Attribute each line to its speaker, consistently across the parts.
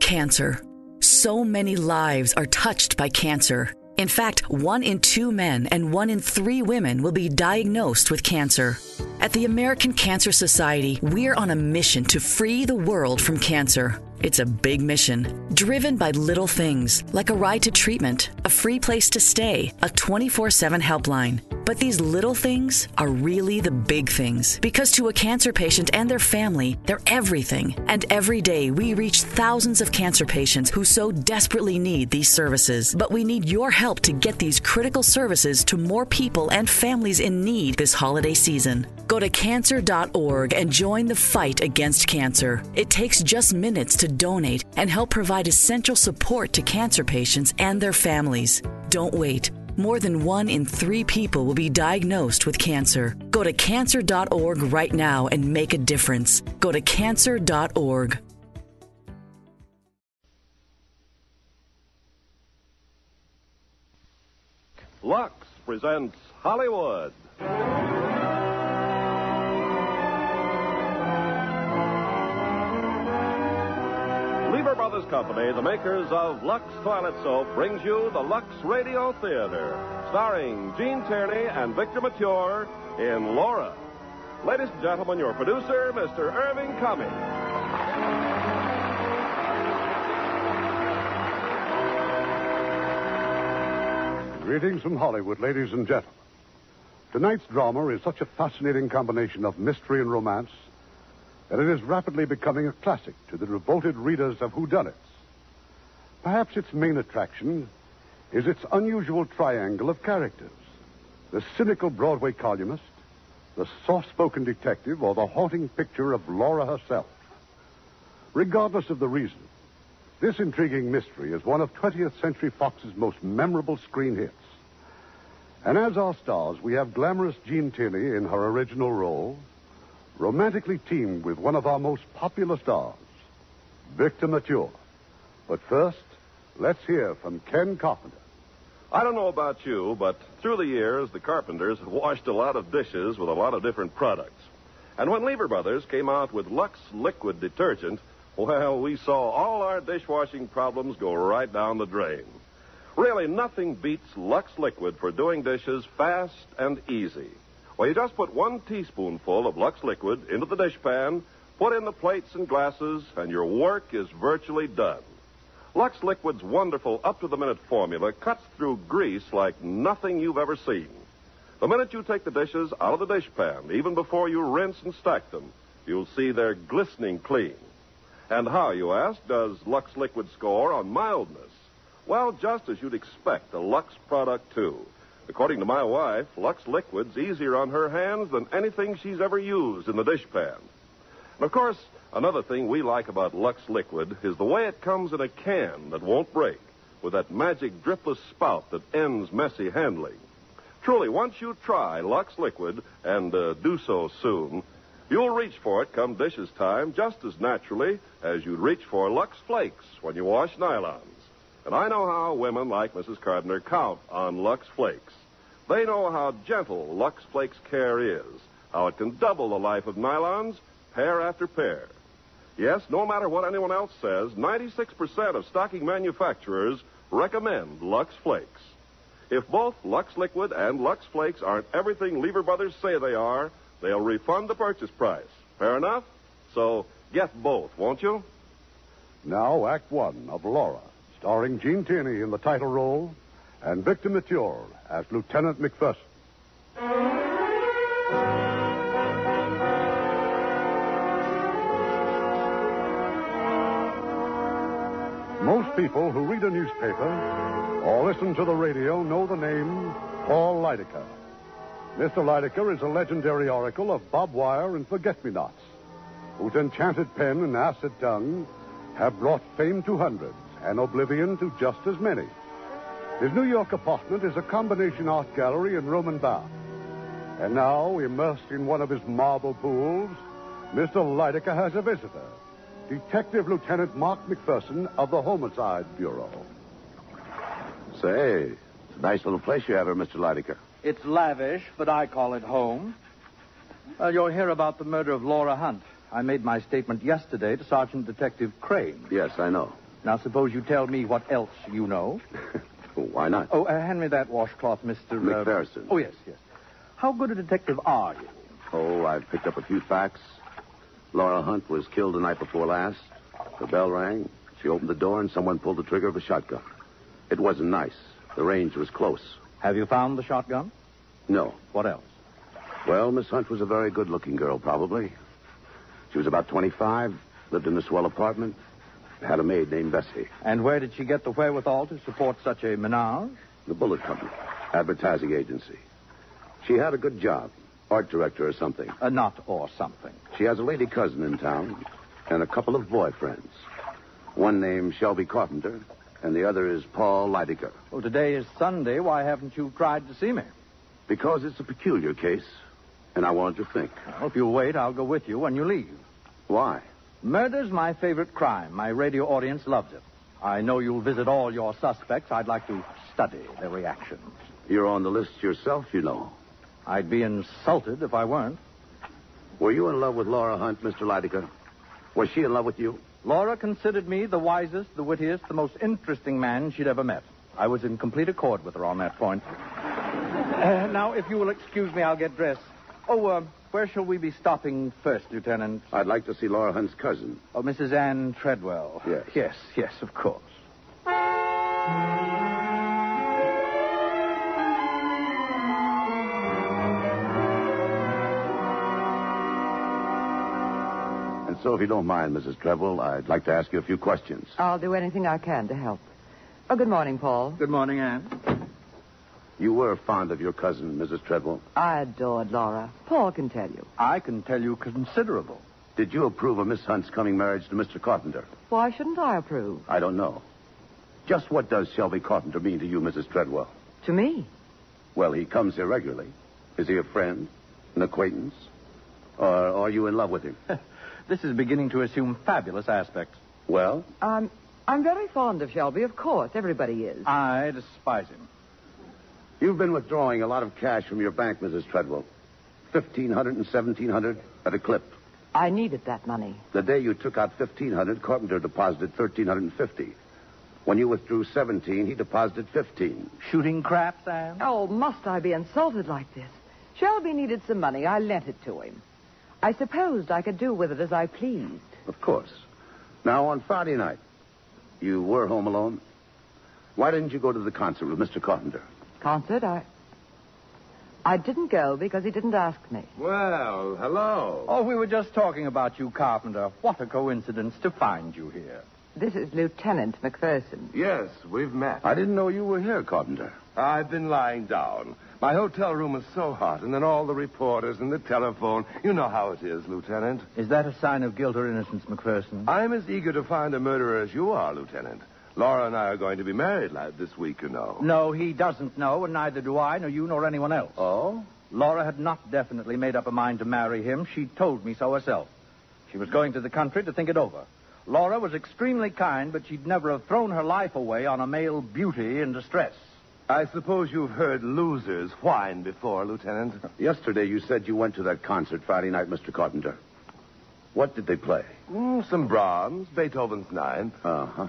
Speaker 1: Cancer. So many lives are touched by cancer. In fact, one in two men and one in three women will be diagnosed with cancer. At the American Cancer Society, we're on a mission to free the world from cancer. It's a big mission, driven by little things like a ride to treatment, a free place to stay, a 24 7 helpline. But these little things are really the big things because to a cancer patient and their family, they're everything. And every day we reach thousands of cancer patients who so desperately need these services. But we need your help to get these critical services to more people and families in need this holiday season. Go to cancer.org and join the fight against cancer. It takes just minutes to donate and help provide essential support to cancer patients and their families. Don't wait. More than one in three people will be diagnosed with cancer. Go to cancer.org right now and make a difference. Go to cancer.org.
Speaker 2: Lux presents Hollywood. Lever Brothers Company, the makers of Lux Toilet Soap, brings you the Lux Radio Theater, starring Gene Tierney and Victor Mature in Laura. Ladies and gentlemen, your producer, Mr. Irving Cummings.
Speaker 3: Greetings from Hollywood, ladies and gentlemen. Tonight's drama is such a fascinating combination of mystery and romance that it is rapidly becoming a classic to the devoted readers of whodunits. Perhaps its main attraction is its unusual triangle of characters the cynical Broadway columnist, the soft spoken detective, or the haunting picture of Laura herself. Regardless of the reason, this intriguing mystery is one of 20th Century Fox's most memorable screen hits. And as our stars, we have glamorous Jean Tierney in her original role, romantically teamed with one of our most popular stars, Victor Mature. But first, let's hear from Ken Carpenter.
Speaker 2: I don't know about you, but through the years, the carpenters have washed a lot of dishes with a lot of different products. And when Lever Brothers came out with Lux Liquid Detergent, well, we saw all our dishwashing problems go right down the drain. Really, nothing beats Lux Liquid for doing dishes fast and easy. Well, you just put one teaspoonful of Lux Liquid into the dishpan, put in the plates and glasses, and your work is virtually done. Lux Liquid's wonderful up to the minute formula cuts through grease like nothing you've ever seen. The minute you take the dishes out of the dishpan, even before you rinse and stack them, you'll see they're glistening clean. And how, you ask, does Lux Liquid score on mildness? Well, just as you'd expect, a Lux product, too. According to my wife, Lux Liquid's easier on her hands than anything she's ever used in the dishpan. And of course, another thing we like about Lux Liquid is the way it comes in a can that won't break, with that magic dripless spout that ends messy handling. Truly, once you try Lux Liquid, and uh, do so soon, you'll reach for it come dishes time just as naturally as you'd reach for Lux Flakes when you wash nylons. And I know how women like Mrs. Carpenter count on Lux Flakes. They know how gentle Lux Flakes care is, how it can double the life of nylons, pair after pair. Yes, no matter what anyone else says, 96% of stocking manufacturers recommend Lux Flakes. If both Lux Liquid and Lux Flakes aren't everything Lever Brothers say they are, they'll refund the purchase price. Fair enough? So get both, won't you?
Speaker 3: Now, Act One of Laura, starring Gene Tierney in the title role and Victor Mature as Lieutenant McPherson. Most people who read a newspaper or listen to the radio know the name Paul Lydecker. Mr. Lydecker is a legendary oracle of bob wire and forget-me-nots, whose enchanted pen and acid tongue have brought fame to hundreds and oblivion to just as many. His New York apartment is a combination art gallery and Roman bath. And now, immersed in one of his marble pools, Mr. Lydecker has a visitor, Detective Lieutenant Mark McPherson of the Homicide Bureau.
Speaker 4: Say, it's a nice little place you have here, Mr. Lydecker.
Speaker 5: It's lavish, but I call it home. Uh, you'll hear about the murder of Laura Hunt. I made my statement yesterday to Sergeant Detective Crane.
Speaker 4: Yes, I know.
Speaker 5: Now, suppose you tell me what else you know.
Speaker 4: Why not?
Speaker 5: Oh, uh, hand me that washcloth, Mr. uh,
Speaker 4: McPherson.
Speaker 5: oh, yes, yes. How good a detective are you?
Speaker 4: Oh, I've picked up a few facts. Laura Hunt was killed the night before last. The bell rang. She opened the door, and someone pulled the trigger of a shotgun. It wasn't nice. The range was close.
Speaker 5: Have you found the shotgun?
Speaker 4: No.
Speaker 5: What else?
Speaker 4: Well, Miss Hunt was a very good looking girl, probably. She was about 25, lived in a swell apartment, had a maid named Bessie.
Speaker 5: And where did she get the wherewithal to support such a menage?
Speaker 4: The Bullet Company, advertising agency. She had a good job, art director or something.
Speaker 5: A knot Uh, or something.
Speaker 4: She has a lady cousin in town and a couple of boyfriends. One named Shelby Carpenter, and the other is Paul Leidiger.
Speaker 5: Well, Oh, today is Sunday. Why haven't you tried to see me?
Speaker 4: Because it's a peculiar case, and I wanted to think.
Speaker 5: Well, if you wait, I'll go with you when you leave.
Speaker 4: Why?
Speaker 5: Murder's my favorite crime. My radio audience loves it. I know you'll visit all your suspects. I'd like to study their reactions.
Speaker 4: You're on the list yourself, you know.
Speaker 5: I'd be insulted if I weren't.
Speaker 4: Were you in love with Laura Hunt, Mr. Leidiger? Was she in love with you?
Speaker 5: Laura considered me the wisest, the wittiest, the most interesting man she'd ever met. I was in complete accord with her on that point. Uh, now, if you will excuse me, I'll get dressed. Oh, uh, where shall we be stopping first, Lieutenant?
Speaker 4: I'd like to see Laura Hunt's cousin.
Speaker 5: Oh, Mrs. Anne Treadwell.
Speaker 4: Yes.
Speaker 5: Yes, yes, of course.
Speaker 4: And so, if you don't mind, Mrs. Treble, I'd like to ask you a few questions.
Speaker 6: I'll do anything I can to help. Oh, good morning, Paul.
Speaker 5: Good morning, Anne.
Speaker 4: You were fond of your cousin, Mrs. Treble.
Speaker 6: I adored Laura. Paul can tell you.
Speaker 5: I can tell you considerable.
Speaker 4: Did you approve of Miss Hunt's coming marriage to Mr. Carpenter?
Speaker 6: Why shouldn't I approve?
Speaker 4: I don't know. Just what does Shelby Carpenter mean to you, Mrs. Treadwell?
Speaker 6: To me,
Speaker 4: Well, he comes here regularly. Is he a friend? An acquaintance? Or are you in love with him?
Speaker 5: This is beginning to assume fabulous aspects.
Speaker 4: well,
Speaker 6: um, I'm very fond of Shelby, of course. Everybody is.
Speaker 5: I despise him.
Speaker 4: you've been withdrawing a lot of cash from your bank, Mrs. Treadwell. Fifteen hundred and seventeen hundred at a clip.
Speaker 6: I needed that money.
Speaker 4: The day you took out fifteen hundred, Carpenter deposited thirteen hundred and fifty. When you withdrew seventeen, he deposited fifteen.
Speaker 5: Shooting craps, Anne?
Speaker 6: Oh, must I be insulted like this? Shelby needed some money. I lent it to him. I supposed I could do with it as I pleased.
Speaker 4: Of course. Now on Friday night, you were home alone. Why didn't you go to the concert with Mr. Carpenter?
Speaker 6: Concert, I. I didn't go because he didn't ask me.
Speaker 7: Well, hello.
Speaker 5: Oh, we were just talking about you, Carpenter. What a coincidence to find you here.
Speaker 6: This is Lieutenant McPherson.
Speaker 7: Yes, we've met.
Speaker 4: I didn't know you were here, Carpenter.
Speaker 7: I've been lying down. My hotel room was so hot, and then all the reporters and the telephone. You know how it is, Lieutenant.
Speaker 5: Is that a sign of guilt or innocence, McPherson?
Speaker 7: I'm as eager to find a murderer as you are, Lieutenant. Laura and I are going to be married like this week, you know.
Speaker 5: No, he doesn't know, and neither do I, nor you, nor anyone else.
Speaker 7: Oh?
Speaker 5: Laura had not definitely made up her mind to marry him. She told me so herself. She was going to the country to think it over. Laura was extremely kind, but she'd never have thrown her life away on a male beauty in distress.
Speaker 7: I suppose you've heard losers whine before, Lieutenant.
Speaker 4: Yesterday you said you went to that concert Friday night, Mr. Carpenter. What did they play?
Speaker 7: Mm, some Brahms, Beethoven's Ninth.
Speaker 4: Uh huh.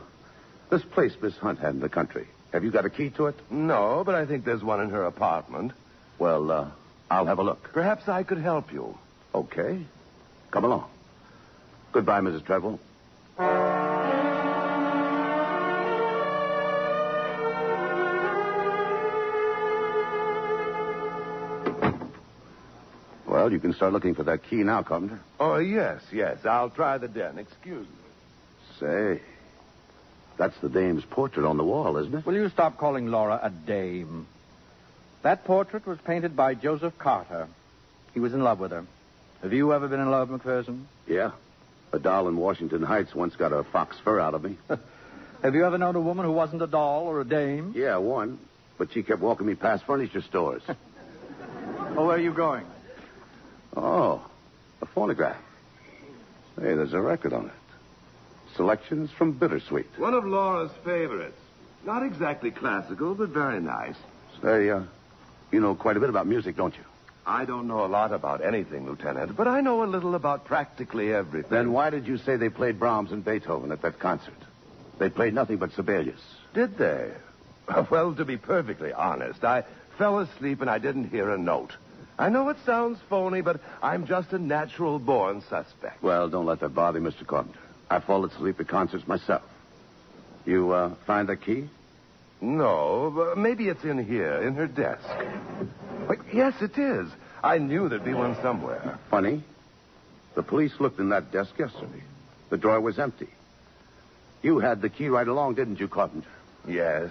Speaker 4: This place Miss Hunt had in the country. Have you got a key to it?
Speaker 7: No, but I think there's one in her apartment.
Speaker 4: Well, uh, I'll have a look.
Speaker 7: Perhaps I could help you.
Speaker 4: Okay. Come along. Goodbye, Mrs. Treble. Well, you can start looking for that key now, Carpenter.
Speaker 7: Oh, yes, yes. I'll try the den. Excuse me.
Speaker 4: Say, that's the dame's portrait on the wall, isn't it?
Speaker 5: Will you stop calling Laura a dame? That portrait was painted by Joseph Carter. He was in love with her. Have you ever been in love, McPherson?
Speaker 4: Yeah. A doll in Washington Heights once got a fox fur out of me.
Speaker 5: Have you ever known a woman who wasn't a doll or a dame?
Speaker 4: yeah, one. But she kept walking me past furniture stores.
Speaker 5: Oh, where are you going?
Speaker 4: oh, a phonograph. Hey, there's a record on it. Selections from Bittersweet.
Speaker 7: One of Laura's favorites. Not exactly classical, but very nice.
Speaker 4: Say, uh, you know quite a bit about music, don't you?
Speaker 7: I don't know a lot about anything, Lieutenant, but I know a little about practically everything.
Speaker 4: Then why did you say they played Brahms and Beethoven at that concert? They played nothing but Sibelius.
Speaker 7: Did they? Well, to be perfectly honest, I fell asleep and I didn't hear a note. I know it sounds phony, but I'm just a natural born suspect.
Speaker 4: Well, don't let that bother you, Mr. Carpenter. I fall asleep at concerts myself. You uh, find the key?
Speaker 7: No, but maybe it's in here, in her desk. Wait, yes, it is. I knew there'd be one somewhere.
Speaker 4: Funny. The police looked in that desk yesterday. The drawer was empty. You had the key right along, didn't you, Carpenter?
Speaker 7: Yes.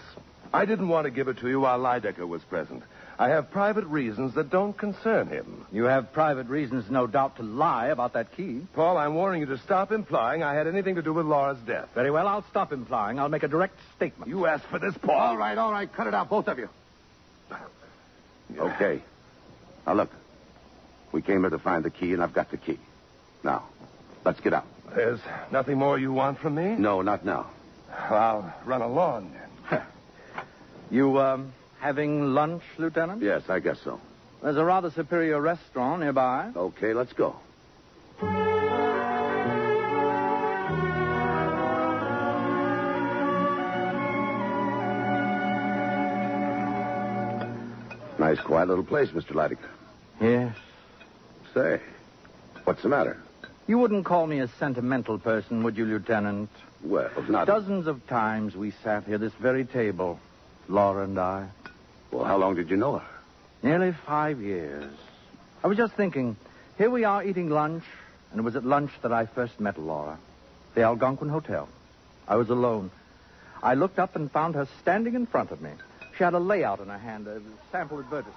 Speaker 7: I didn't want to give it to you while Lydecker was present. I have private reasons that don't concern him.
Speaker 5: You have private reasons, no doubt, to lie about that key.
Speaker 7: Paul, I'm warning you to stop implying I had anything to do with Laura's death.
Speaker 5: Very well, I'll stop implying. I'll make a direct statement.
Speaker 7: You asked for this, Paul.
Speaker 4: All right, all right. Cut it out, both of you. Okay. Now, look. We came here to find the key, and I've got the key. Now, let's get out.
Speaker 7: There's nothing more you want from me?
Speaker 4: No, not now.
Speaker 7: I'll run along then.
Speaker 5: You, um, having lunch, Lieutenant?
Speaker 4: Yes, I guess so.
Speaker 5: There's a rather superior restaurant nearby.
Speaker 4: Okay, let's go. Nice, quiet little place, Mr. Lydecker.
Speaker 5: Yes.
Speaker 4: Say, what's the matter?
Speaker 5: You wouldn't call me a sentimental person, would you, Lieutenant?
Speaker 4: Well, not.
Speaker 5: Dozens of times we sat here, this very table, Laura and I.
Speaker 4: Well, how long did you know her?
Speaker 5: Nearly five years. I was just thinking, here we are eating lunch, and it was at lunch that I first met Laura. The Algonquin Hotel. I was alone. I looked up and found her standing in front of me. She had a layout in her hand, a sample advertisement.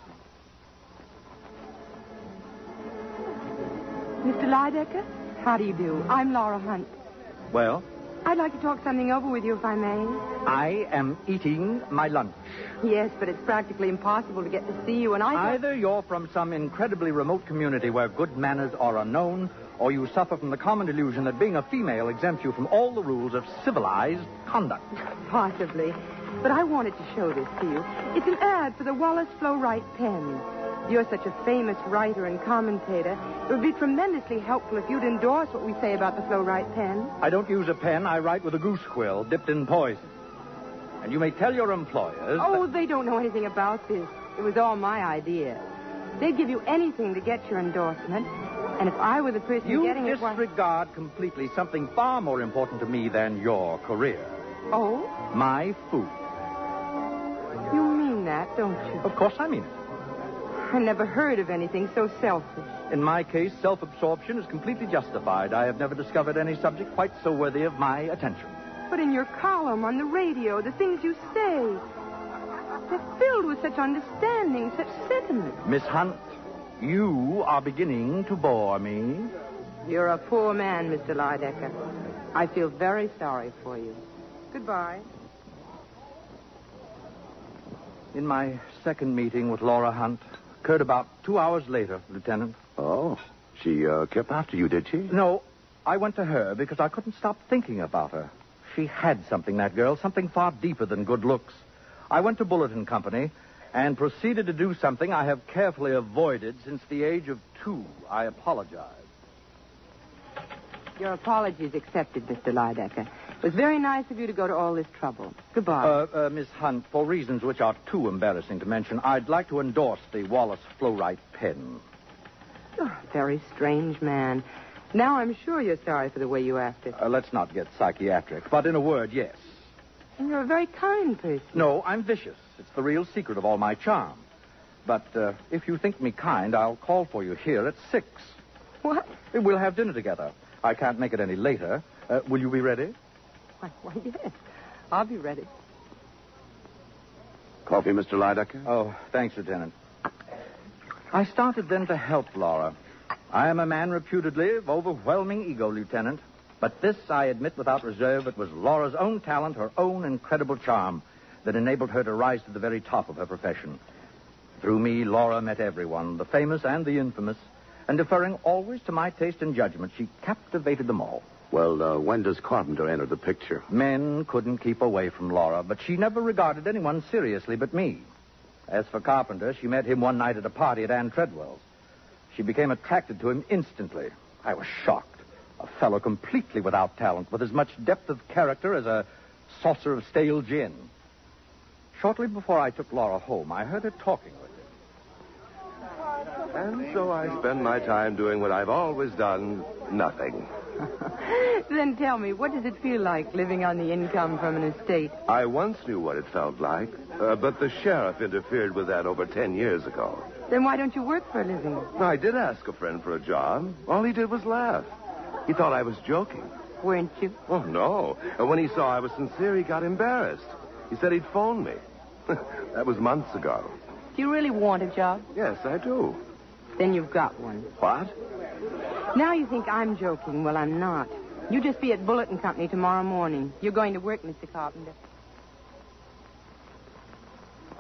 Speaker 8: Mr. Lidecker? How do you do? I'm Laura Hunt.
Speaker 5: Well,
Speaker 8: I'd like to talk something over with you, if I may.
Speaker 5: I am eating my lunch.
Speaker 8: Yes, but it's practically impossible to get to see you, and I.
Speaker 5: Either you're from some incredibly remote community where good manners are unknown, or you suffer from the common delusion that being a female exempts you from all the rules of civilized conduct.
Speaker 8: Possibly. But I wanted to show this to you. It's an ad for the Wallace Flo Wright pen. You're such a famous writer and commentator. It would be tremendously helpful if you'd endorse what we say about the Flo Wright pen.
Speaker 5: I don't use a pen, I write with a goose quill dipped in poison. And you may tell your employers.
Speaker 8: Oh, they don't know anything about this. It was all my idea. They'd give you anything to get your endorsement. And if I were the person
Speaker 5: You
Speaker 8: getting it, why-
Speaker 5: disregard completely something far more important to me than your career
Speaker 8: Oh,
Speaker 5: my food.
Speaker 8: you mean that, don't you?
Speaker 5: Of course, I mean it.
Speaker 8: I never heard of anything so selfish.
Speaker 5: In my case, self absorption is completely justified. I have never discovered any subject quite so worthy of my attention.
Speaker 8: But in your column, on the radio, the things you say, they're filled with such understanding, such sentiment.
Speaker 5: Miss Hunt, you are beginning to bore me.
Speaker 8: You're a poor man, Mr. Lidecker. I feel very sorry for you. Goodbye.
Speaker 5: In my second meeting with Laura Hunt, occurred about two hours later, Lieutenant.
Speaker 4: Oh, she uh, kept after you, did she?
Speaker 5: No, I went to her because I couldn't stop thinking about her. She had something, that girl, something far deeper than good looks. I went to Bulletin Company and proceeded to do something I have carefully avoided since the age of two. I apologize.
Speaker 8: Your apologies accepted, Mr. Lidecker. It was very nice of you to go to all this trouble. Goodbye.
Speaker 5: Uh, uh, Miss Hunt, for reasons which are too embarrassing to mention, I'd like to endorse the Wallace Flowright pen.
Speaker 8: You're a very strange man. Now I'm sure you're sorry for the way you acted.
Speaker 5: Uh, let's not get psychiatric, but in a word, yes.
Speaker 8: And you're a very kind person.
Speaker 5: No, I'm vicious. It's the real secret of all my charm. But uh, if you think me kind, I'll call for you here at six.
Speaker 8: What?
Speaker 5: We'll have dinner together. I can't make it any later. Uh, will you be ready?
Speaker 8: Why, why, yes. I'll be ready.
Speaker 4: Coffee, Mr. Lydecker?
Speaker 5: Oh, thanks, Lieutenant. I started then to help Laura. I am a man reputedly of overwhelming ego, Lieutenant. But this, I admit without reserve, it was Laura's own talent, her own incredible charm, that enabled her to rise to the very top of her profession. Through me, Laura met everyone, the famous and the infamous, and deferring always to my taste and judgment, she captivated them all.
Speaker 4: Well, uh, when does Carpenter enter the picture?
Speaker 5: Men couldn't keep away from Laura, but she never regarded anyone seriously but me. As for Carpenter, she met him one night at a party at Ann Treadwell's. She became attracted to him instantly. I was shocked. A fellow completely without talent, with as much depth of character as a saucer of stale gin. Shortly before I took Laura home, I heard her talking with him.
Speaker 7: And so I spend my time doing what I've always done nothing.
Speaker 8: Then tell me, what does it feel like living on the income from an estate?
Speaker 7: I once knew what it felt like, uh, but the sheriff interfered with that over ten years ago.
Speaker 8: Then why don't you work for a living?
Speaker 7: I did ask a friend for a job. All he did was laugh. He thought I was joking.
Speaker 8: Weren't you?
Speaker 7: Oh, no. And when he saw I was sincere, he got embarrassed. He said he'd phone me. that was months ago.
Speaker 8: Do you really want a job?
Speaker 7: Yes, I do.
Speaker 8: Then you've got one.
Speaker 7: What?
Speaker 8: Now you think I'm joking. Well, I'm not. You just be at Bullet and Company tomorrow morning. You're going to work, Mr. Carpenter.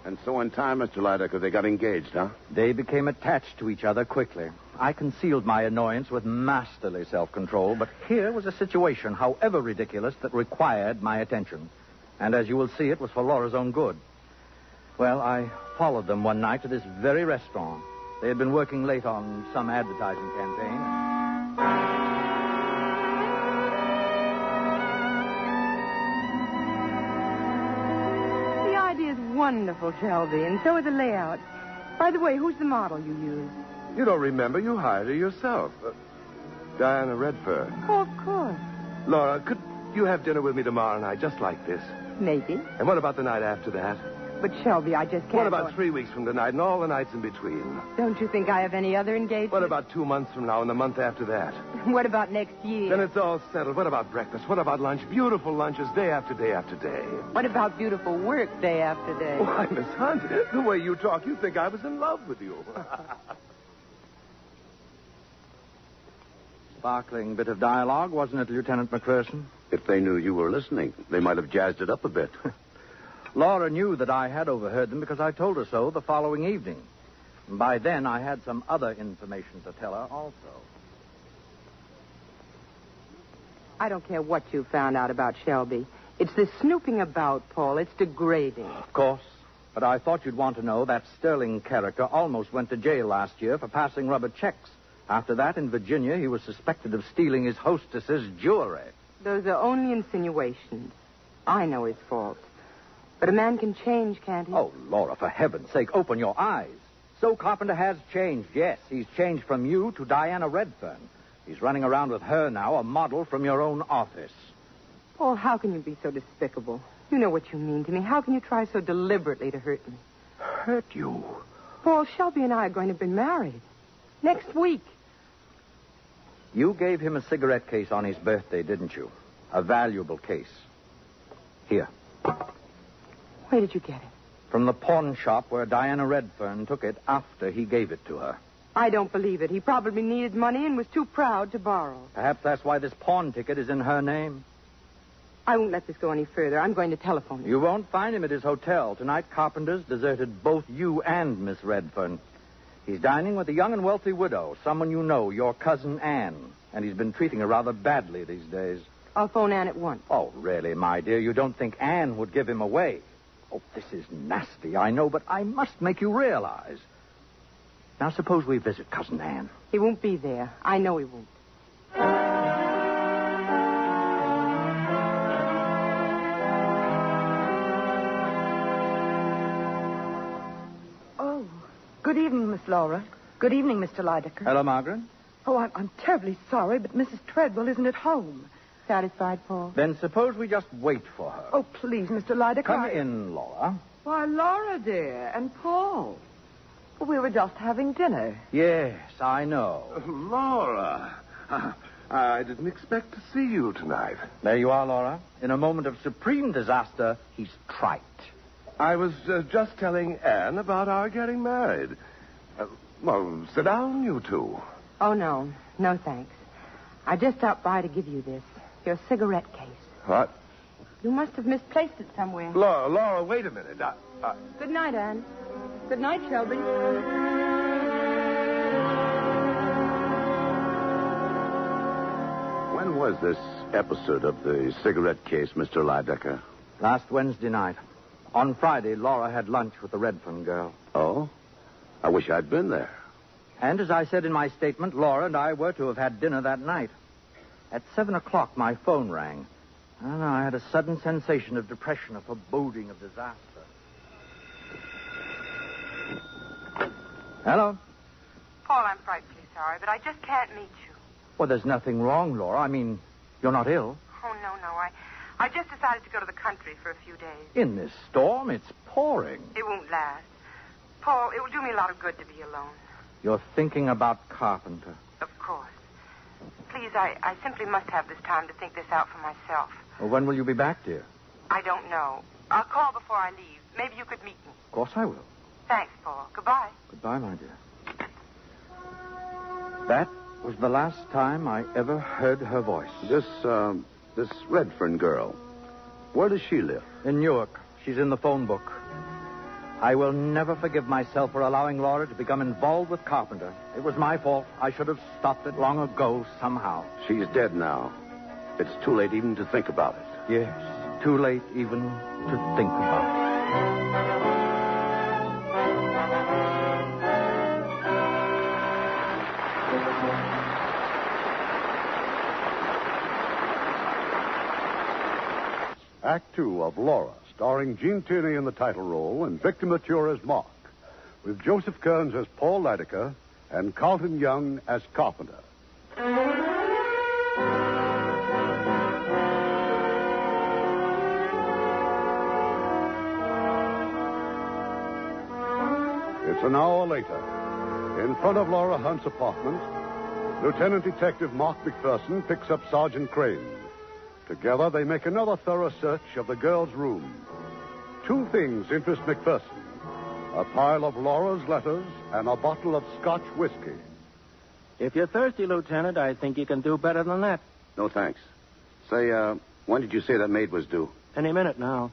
Speaker 4: And so in time, Mr. Lydecker, they got engaged, huh?
Speaker 5: They became attached to each other quickly. I concealed my annoyance with masterly self control, but here was a situation, however ridiculous, that required my attention. And as you will see, it was for Laura's own good. Well, I followed them one night to this very restaurant. They had been working late on some advertising campaign.
Speaker 8: The idea is wonderful, Shelby, and so are the layouts. By the way, who's the model you use?
Speaker 7: You don't remember. You hired her yourself. Uh, Diana Redfern.
Speaker 8: Oh, of course.
Speaker 7: Laura, could you have dinner with me tomorrow night just like this?
Speaker 8: Maybe.
Speaker 7: And what about the night after that?
Speaker 8: But, Shelby, I just can't.
Speaker 7: What
Speaker 8: go-
Speaker 7: about three weeks from tonight and all the nights in between?
Speaker 8: Don't you think I have any other engagement?
Speaker 7: What about two months from now and the month after that?
Speaker 8: What about next year?
Speaker 7: Then it's all settled. What about breakfast? What about lunch? Beautiful lunches day after day after day.
Speaker 8: What about beautiful work day after day?
Speaker 7: Why, Miss Hunt, the way you talk, you think I was in love with you.
Speaker 5: Sparkling bit of dialogue, wasn't it, Lieutenant McPherson?
Speaker 4: If they knew you were listening, they might have jazzed it up a bit.
Speaker 5: Laura knew that I had overheard them because I told her so the following evening. And by then, I had some other information to tell her also.
Speaker 8: I don't care what you found out about Shelby. It's the snooping about, Paul. It's degrading.
Speaker 5: Of course. But I thought you'd want to know that Sterling character almost went to jail last year for passing rubber checks. After that, in Virginia, he was suspected of stealing his hostess's jewelry.
Speaker 8: Those are only insinuations. I know his faults. But a man can change, can't he?
Speaker 5: Oh, Laura, for heaven's sake, open your eyes. So Carpenter has changed, yes. He's changed from you to Diana Redfern. He's running around with her now, a model from your own office.
Speaker 8: Paul, how can you be so despicable? You know what you mean to me. How can you try so deliberately to hurt me?
Speaker 7: Hurt you?
Speaker 8: Paul, Shelby and I are going to be married. Next week.
Speaker 5: You gave him a cigarette case on his birthday, didn't you? A valuable case. Here.
Speaker 8: Where did you get it?
Speaker 5: From the pawn shop where Diana Redfern took it after he gave it to her.
Speaker 8: I don't believe it. He probably needed money and was too proud to borrow.
Speaker 5: Perhaps that's why this pawn ticket is in her name.
Speaker 8: I won't let this go any further. I'm going to telephone you.
Speaker 5: You won't find him at his hotel. Tonight, Carpenter's deserted both you and Miss Redfern. He's dining with a young and wealthy widow, someone you know, your cousin Anne. And he's been treating her rather badly these days.
Speaker 8: I'll phone Ann at once.
Speaker 5: Oh, really, my dear, you don't think Anne would give him away? Oh, this is nasty, I know, but I must make you realize. Now, suppose we visit Cousin Anne.
Speaker 8: He won't be there. I know he won't.
Speaker 9: Oh, good evening, Miss Laura. Good evening, Mr. Lydecker.
Speaker 5: Hello, Margaret.
Speaker 9: Oh, I'm, I'm terribly sorry, but Mrs. Treadwell isn't at home.
Speaker 8: Satisfied, Paul?
Speaker 5: Then suppose we just wait for her.
Speaker 9: Oh, please, Mr. Lydecker.
Speaker 5: Come
Speaker 9: I-
Speaker 5: in, Laura.
Speaker 6: Why, Laura, dear, and Paul. We were just having dinner.
Speaker 5: Yes, I know.
Speaker 7: Laura, uh, I didn't expect to see you tonight.
Speaker 5: There you are, Laura. In a moment of supreme disaster, he's trite.
Speaker 7: I was uh, just telling Anne about our getting married. Uh, well, sit down, you two.
Speaker 8: Oh, no. No, thanks. I just stopped by to give you this. Your cigarette case.
Speaker 7: What?
Speaker 8: You must have misplaced it somewhere.
Speaker 7: Laura, Laura, wait a minute. I, I,
Speaker 8: Good night, Anne. Good night, Shelby.
Speaker 4: when was this episode of the cigarette case, Mr. Lydecker?
Speaker 5: Last Wednesday night. On Friday, Laura had lunch with the Redfern girl.
Speaker 4: Oh? I wish I'd been there.
Speaker 5: And as I said in my statement, Laura and I were to have had dinner that night. At seven o'clock, my phone rang. I don't know. I had a sudden sensation of depression, a foreboding of disaster. Hello?
Speaker 8: Paul, I'm frightfully sorry, but I just can't meet you.
Speaker 5: Well, there's nothing wrong, Laura. I mean, you're not ill.
Speaker 8: Oh, no, no. I, I just decided to go to the country for a few days.
Speaker 5: In this storm, it's pouring.
Speaker 8: It won't last. Paul, it will do me a lot of good to be alone.
Speaker 5: You're thinking about Carpenter.
Speaker 8: Of course. Please, I, I simply must have this time to think this out for myself.
Speaker 5: Well, when will you be back, dear?
Speaker 8: I don't know. I'll call before I leave. Maybe you could meet me.
Speaker 5: Of course I will.
Speaker 8: Thanks, Paul. Goodbye.
Speaker 5: Goodbye, my dear. That was the last time I ever heard her voice.
Speaker 4: This, um, this Redfern girl, where does she live?
Speaker 5: In Newark, she's in the phone book. I will never forgive myself for allowing Laura to become involved with Carpenter. It was my fault. I should have stopped it long ago somehow.
Speaker 4: She's dead now. It's too late even to think about it.
Speaker 5: Yes, too late even to think about it.
Speaker 3: Act Two of Laura, starring Gene Tierney in the title role and Victor Mature as Mark, with Joseph Kearns as Paul Lydecker and Carlton Young as Carpenter. It's an hour later. In front of Laura Hunt's apartment, Lieutenant Detective Mark McPherson picks up Sergeant Crane. Together, they make another thorough search of the girl's room. Two things interest McPherson a pile of Laura's letters and a bottle of Scotch whiskey.
Speaker 10: If you're thirsty, Lieutenant, I think you can do better than that.
Speaker 4: No thanks. Say, uh, when did you say that maid was due?
Speaker 10: Any minute now.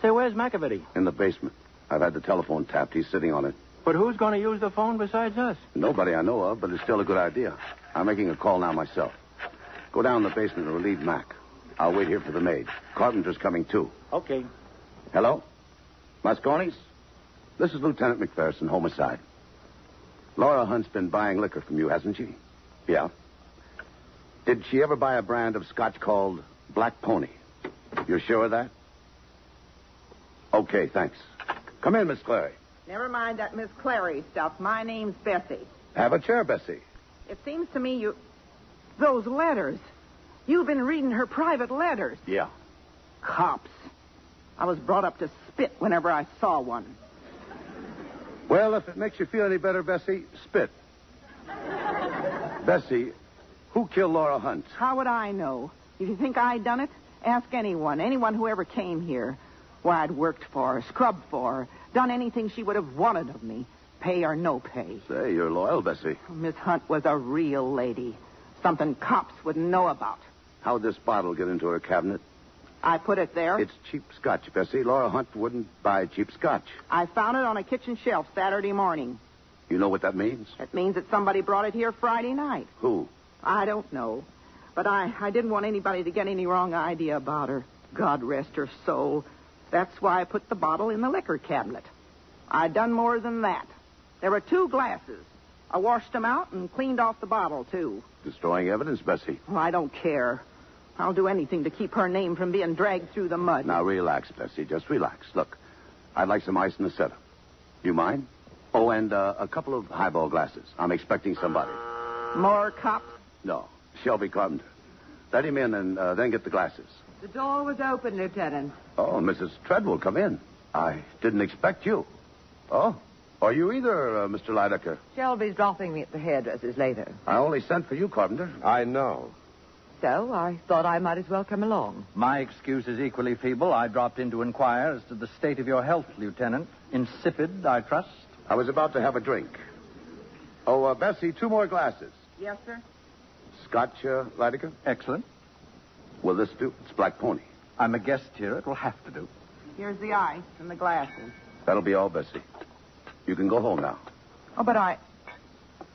Speaker 10: Say, where's McAvity?
Speaker 4: In the basement. I've had the telephone tapped. He's sitting on it.
Speaker 10: But who's going to use the phone besides us?
Speaker 4: Nobody I know of, but it's still a good idea. I'm making a call now myself. Go down in the basement and relieve Mac. I'll wait here for the maid. Carpenter's coming, too.
Speaker 10: Okay.
Speaker 4: Hello? Moscone's? This is Lieutenant McPherson, homicide. Laura Hunt's been buying liquor from you, hasn't she? Yeah. Did she ever buy a brand of scotch called Black Pony? You're sure of that? Okay, thanks. Come in, Miss Clary.
Speaker 11: Never mind that Miss Clary stuff. My name's Bessie.
Speaker 4: Have a chair, Bessie.
Speaker 11: It seems to me you. Those letters. You've been reading her private letters.
Speaker 4: Yeah.
Speaker 11: Cops. I was brought up to spit whenever I saw one.
Speaker 4: Well, if it makes you feel any better, Bessie, spit. Bessie, who killed Laura Hunt?
Speaker 11: How would I know? If you think I done it, ask anyone, anyone who ever came here. Why, I'd worked for her, scrubbed for her, done anything she would have wanted of me, pay or no pay.
Speaker 4: Say, you're loyal, Bessie.
Speaker 11: Miss Hunt was a real lady, something cops wouldn't know about.
Speaker 4: How'd this bottle get into her cabinet?
Speaker 11: I put it there.
Speaker 4: It's cheap scotch, Bessie. Laura Hunt wouldn't buy cheap scotch.
Speaker 11: I found it on a kitchen shelf Saturday morning.
Speaker 4: You know what that means?
Speaker 11: That means that somebody brought it here Friday night.
Speaker 4: Who?
Speaker 11: I don't know. But I, I didn't want anybody to get any wrong idea about her. God rest her soul. That's why I put the bottle in the liquor cabinet. I done more than that. There were two glasses. I washed 'em out and cleaned off the bottle, too.
Speaker 4: Destroying evidence, Bessie.
Speaker 11: Oh, I don't care. I'll do anything to keep her name from being dragged through the mud.
Speaker 4: Now relax, Bessie. Just relax. Look, I'd like some ice in the setup. You mind? Oh, and uh, a couple of highball glasses. I'm expecting somebody.
Speaker 11: More cops.
Speaker 4: No, Shelby Carpenter. Let him in and uh, then get the glasses.
Speaker 6: The door was open, Lieutenant.
Speaker 4: Oh, Mrs. Treadwell, come in. I didn't expect you. Oh, are you either, uh, Mr. Lydecker?
Speaker 6: Shelby's dropping me at the hairdresser's later.
Speaker 4: I only sent for you, Carpenter.
Speaker 7: I know.
Speaker 6: So I thought I might as well come along.
Speaker 5: My excuse is equally feeble. I dropped in to inquire as to the state of your health, Lieutenant. Insipid, I trust.
Speaker 4: I was about to have a drink. Oh, uh, Bessie, two more glasses.
Speaker 11: Yes, sir.
Speaker 4: Scotch, uh, Lydecker?
Speaker 5: Excellent.
Speaker 4: Will this do? It's Black Pony.
Speaker 5: I'm a guest here. It will have to do.
Speaker 11: Here's the ice and the glasses.
Speaker 4: That'll be all, Bessie. You can go home now.
Speaker 11: Oh, but I.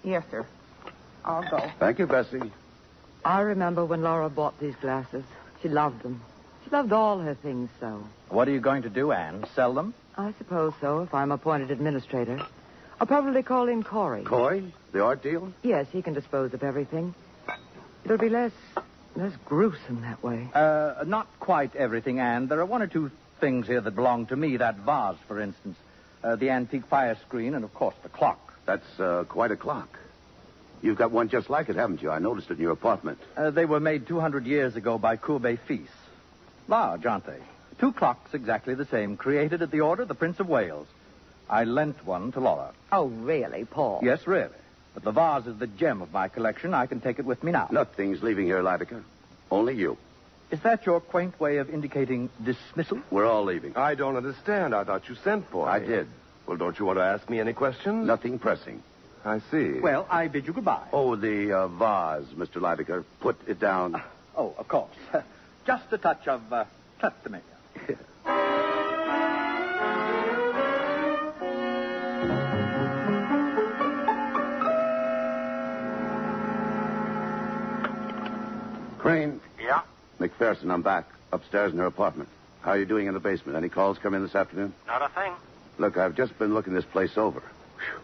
Speaker 11: Yes, sir. I'll go.
Speaker 4: Thank you, Bessie.
Speaker 6: I remember when Laura bought these glasses. She loved them. She loved all her things so.
Speaker 5: What are you going to do, Anne? Sell them?
Speaker 6: I suppose so, if I'm appointed administrator. I'll probably call in Corey.
Speaker 4: Coy, the art deal?
Speaker 6: yes, he can dispose of everything. It'll be less That's gruesome that way.
Speaker 5: Uh, not quite everything, Anne. There are one or two things here that belong to me. That vase, for instance, uh, the antique fire screen, and of course the clock.
Speaker 4: That's uh, quite a clock. You've got one just like it, haven't you? I noticed it in your apartment.
Speaker 5: Uh, they were made 200 years ago by Courbet Fils. Large, aren't they? Two clocks exactly the same, created at the order of the Prince of Wales. I lent one to Laura.
Speaker 6: Oh, really, Paul?
Speaker 5: Yes, really. But the vase is the gem of my collection. I can take it with me now.
Speaker 4: Nothing's leaving here, Lydecker. Only you.
Speaker 5: Is that your quaint way of indicating dismissal?
Speaker 4: We're all leaving.
Speaker 7: I don't understand. I thought you sent for me.
Speaker 4: I did.
Speaker 7: Well, don't you want to ask me any questions?
Speaker 4: Nothing pressing.
Speaker 7: I see.
Speaker 5: Well, I bid you goodbye.
Speaker 4: Oh, the uh, vase, Mr. Lydecker. Put it down.
Speaker 5: Oh, of course. Just a touch of uh, kleptomania.
Speaker 4: Crane,
Speaker 12: Yeah?
Speaker 4: McPherson, I'm back. Upstairs in her apartment. How are you doing in the basement? Any calls come in this afternoon?
Speaker 12: Not a thing.
Speaker 4: Look, I've just been looking this place over. Phew.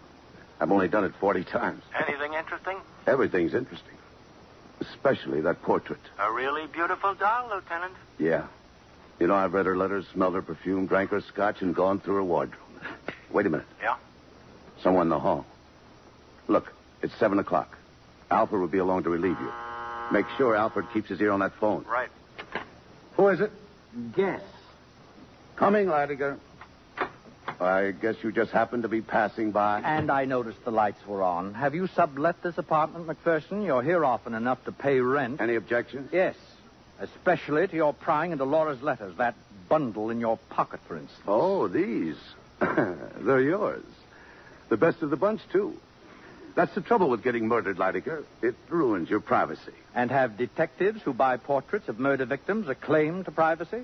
Speaker 4: I've only done it 40 times.
Speaker 12: Anything interesting?
Speaker 4: Everything's interesting. Especially that portrait.
Speaker 12: A really beautiful doll, Lieutenant.
Speaker 4: Yeah. You know, I've read her letters, smelled her perfume, drank her scotch, and gone through her wardrobe. Wait a minute.
Speaker 12: Yeah?
Speaker 4: Someone in the hall. Look, it's 7 o'clock. Alfred will be along to relieve you. Make sure Alfred keeps his ear on that phone.
Speaker 12: Right.
Speaker 4: Who is it?
Speaker 10: Guess.
Speaker 4: Coming, Lydiger. I guess you just happened to be passing by.
Speaker 5: And I noticed the lights were on. Have you sublet this apartment, McPherson? You're here often enough to pay rent.
Speaker 4: Any objections?
Speaker 5: Yes. Especially to your prying into Laura's letters, that bundle in your pocket, for instance.
Speaker 4: Oh, these. They're yours. The best of the bunch, too. That's the trouble with getting murdered, Lydiger. It ruins your privacy.
Speaker 5: And have detectives who buy portraits of murder victims a claim to privacy?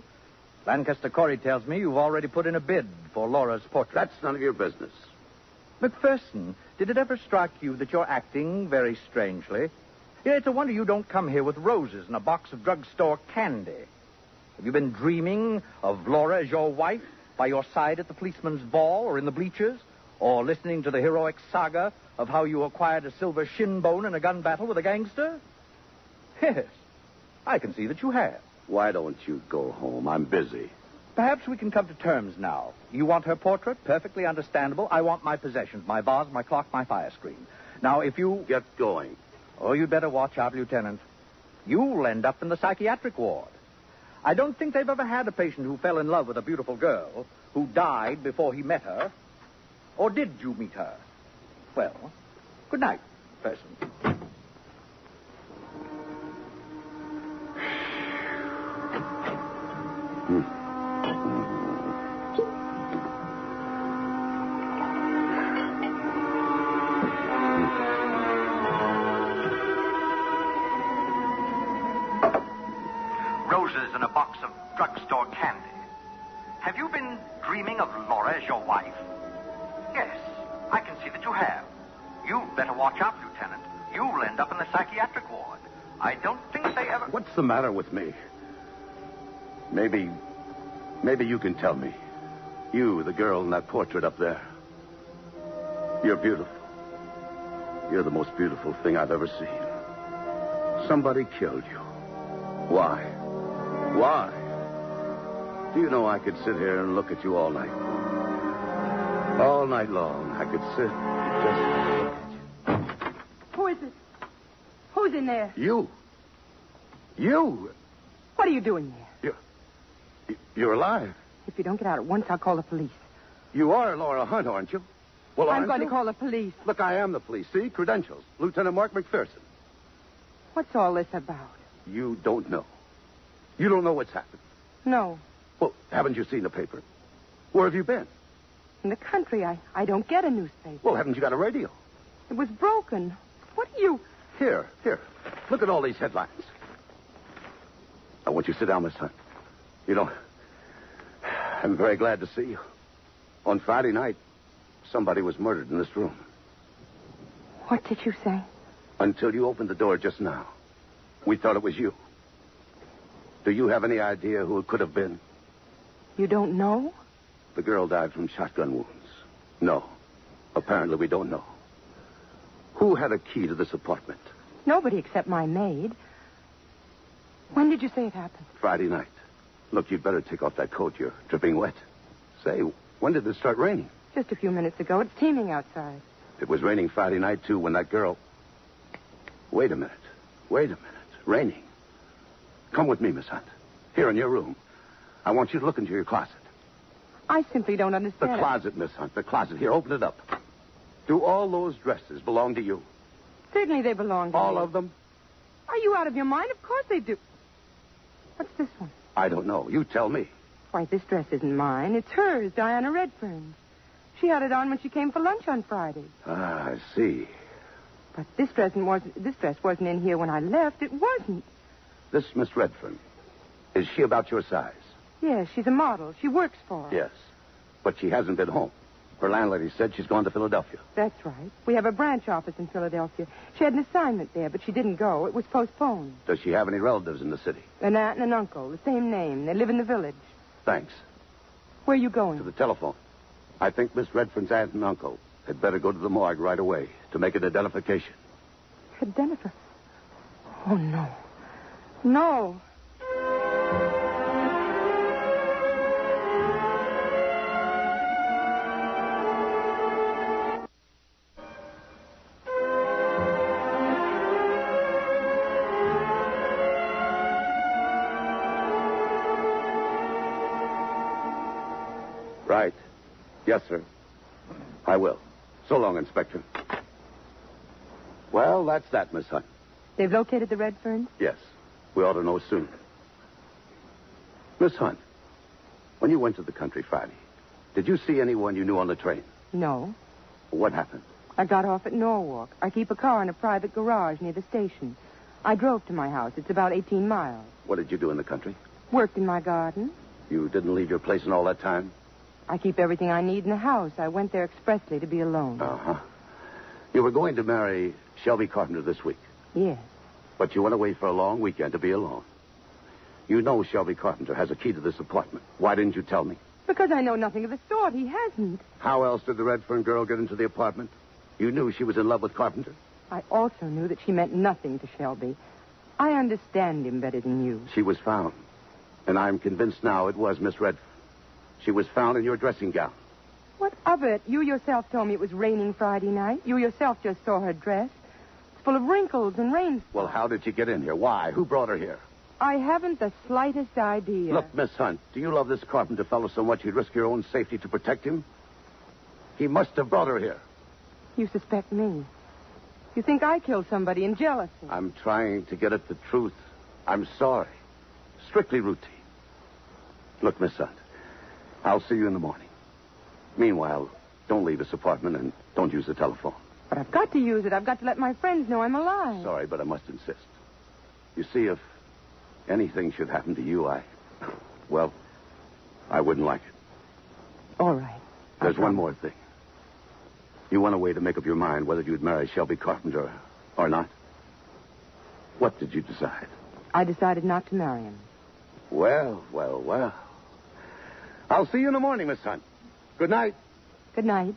Speaker 5: Lancaster Corey tells me you've already put in a bid for Laura's portrait.
Speaker 4: That's none of your business.
Speaker 5: McPherson, did it ever strike you that you're acting very strangely? Yeah, It's a wonder you don't come here with roses and a box of drugstore candy. Have you been dreaming of Laura as your wife, by your side at the policeman's ball or in the bleachers, or listening to the heroic saga of how you acquired a silver shin bone in a gun battle with a gangster? Yes, I can see that you have.
Speaker 4: Why don't you go home? I'm busy.
Speaker 5: Perhaps we can come to terms now. You want her portrait? Perfectly understandable. I want my possessions my vase, my clock, my fire screen. Now, if you.
Speaker 4: Get going.
Speaker 5: Oh, you'd better watch out, Lieutenant. You'll end up in the psychiatric ward. I don't think they've ever had a patient who fell in love with a beautiful girl who died before he met her. Or did you meet her? Well, good night, person. Roses and a box of drugstore candy. Have you been dreaming of Laura as your wife? Yes, I can see that you have. You'd better watch out, Lieutenant. You'll end up in the psychiatric ward. I don't think they ever.
Speaker 4: What's the matter with me? Maybe. Maybe you can tell me. You, the girl in that portrait up there. You're beautiful. You're the most beautiful thing I've ever seen. Somebody killed you. Why? Why? Do you know I could sit here and look at you all night? All night long, I could sit and
Speaker 8: Who is it? Who's in there?
Speaker 4: just. You! You!
Speaker 8: What are you doing there?
Speaker 4: Y- You're alive.
Speaker 8: If you don't get out at once, I'll call the police.
Speaker 4: You are Laura Hunt, aren't you? Well,
Speaker 8: I'm
Speaker 4: aren't
Speaker 8: going
Speaker 4: you?
Speaker 8: to call the police.
Speaker 4: Look, I am the police. See? Credentials. Lieutenant Mark McPherson.
Speaker 8: What's all this about?
Speaker 4: You don't know. You don't know what's happened.
Speaker 8: No.
Speaker 4: Well, haven't you seen the paper? Where have you been?
Speaker 8: In the country, I, I don't get a newspaper.
Speaker 4: Well, haven't you got a radio?
Speaker 8: It was broken. What are you.
Speaker 4: Here, here. Look at all these headlines. I want you to sit down, Miss Hunt. You know, I'm very glad to see you. On Friday night, somebody was murdered in this room.
Speaker 8: What did you say?
Speaker 4: Until you opened the door just now. We thought it was you. Do you have any idea who it could have been?
Speaker 8: You don't know?
Speaker 4: The girl died from shotgun wounds. No. Apparently, we don't know. Who had a key to this apartment?
Speaker 8: Nobody except my maid. When did you say it happened?
Speaker 4: Friday night. Look, you'd better take off that coat. You're dripping wet. Say, when did it start raining?
Speaker 8: Just a few minutes ago. It's teeming outside.
Speaker 4: It was raining Friday night, too, when that girl. Wait a minute. Wait a minute. Raining. Come with me, Miss Hunt. Here in your room. I want you to look into your closet.
Speaker 8: I simply don't
Speaker 4: The
Speaker 8: understand. it.
Speaker 4: closet, Miss Hunt. The closet. Here, open it up. Do all those dresses belong to you?
Speaker 8: Certainly they belong to
Speaker 4: All
Speaker 8: me.
Speaker 4: of them?
Speaker 8: Are you out of your mind? Of course they do. What's this one?
Speaker 4: I don't know. You tell me.
Speaker 8: Why, this dress isn't mine. It's hers, Diana Redfern's. She had it on when she came for lunch on Friday.
Speaker 4: Ah, I see.
Speaker 8: But this dress wasn't this dress wasn't in here when I left. It wasn't.
Speaker 4: This Miss Redfern, is she about your size?
Speaker 8: Yes, she's a model. She works for us.
Speaker 4: Yes. But she hasn't been home. Her landlady said she's gone to Philadelphia.
Speaker 8: That's right. We have a branch office in Philadelphia. She had an assignment there, but she didn't go. It was postponed.
Speaker 4: Does she have any relatives in the city?
Speaker 8: An aunt and an uncle, the same name. They live in the village.
Speaker 4: Thanks.
Speaker 8: Where are you going?
Speaker 4: To the telephone. I think Miss Redfern's aunt and uncle had better go to the morgue right away to make an identification.
Speaker 8: Identify. Uh, Oh, no. No.
Speaker 4: Right. Yes, sir. I will. So long, Inspector. Well, that's that, Miss Hunt.
Speaker 8: They've located the Redferns?
Speaker 4: Yes. We ought to know soon. Miss Hunt, when you went to the country Friday, did you see anyone you knew on the train?
Speaker 8: No.
Speaker 4: What happened?
Speaker 8: I got off at Norwalk. I keep a car in a private garage near the station. I drove to my house. It's about 18 miles.
Speaker 4: What did you do in the country?
Speaker 8: Worked in my garden.
Speaker 4: You didn't leave your place in all that time?
Speaker 8: I keep everything I need in the house. I went there expressly to be alone.
Speaker 4: Uh huh. You were going to marry Shelby Carpenter this week,
Speaker 8: Yes.
Speaker 4: but you went away for a long weekend to be alone. You know Shelby Carpenter has a key to this apartment. Why didn't you tell me?
Speaker 8: Because I know nothing of the sort. He hasn't.
Speaker 4: How else did the Redfern girl get into the apartment? You knew she was in love with Carpenter.
Speaker 8: I also knew that she meant nothing to Shelby. I understand him better than you.
Speaker 4: She was found. And I'm convinced now it was Miss Redfern. She was found in your dressing gown.
Speaker 8: What of it? You yourself told me it was raining Friday night. You yourself just saw her dress. It's full of wrinkles and rain.
Speaker 4: Well, how did she get in here? Why? Who brought her here?
Speaker 8: I haven't the slightest idea.
Speaker 4: Look, Miss Hunt, do you love this Carpenter fellow so much you'd risk your own safety to protect him? He must have brought her here.
Speaker 8: You suspect me. You think I killed somebody in jealousy.
Speaker 4: I'm trying to get at the truth. I'm sorry. Strictly routine. Look, Miss Hunt, I'll see you in the morning. Meanwhile, don't leave this apartment and don't use the telephone.
Speaker 8: But I've got to use it. I've got to let my friends know I'm alive.
Speaker 4: Sorry, but I must insist. You see, if anything should happen to you, I. Well, I wouldn't like it.
Speaker 8: All right.
Speaker 4: There's one more thing. You went away to make up your mind whether you'd marry Shelby Carpenter or not. What did you decide?
Speaker 8: I decided not to marry him.
Speaker 4: Well, well, well. I'll see you in the morning, Miss Hunt. Good night.
Speaker 8: Good night.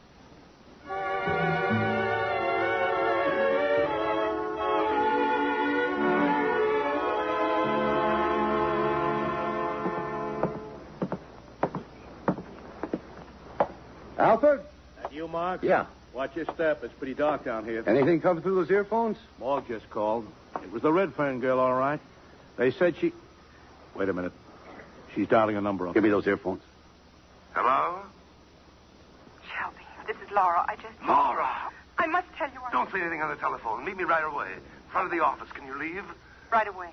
Speaker 3: Alfred?
Speaker 13: That you, Mark?
Speaker 4: Yeah.
Speaker 13: Watch your step. It's pretty dark down here.
Speaker 3: Anything come through those earphones?
Speaker 13: Morgue just called. It was the Redfern girl, all right. They said she. Wait a minute. She's dialing a number up.
Speaker 4: Give me those earphones.
Speaker 12: Hello?
Speaker 9: Shelby, this is Laura. I just.
Speaker 12: Laura!
Speaker 9: I must tell you. I...
Speaker 12: Don't say anything on the telephone. Meet me right away. In front of the office. Can you leave?
Speaker 9: Right away.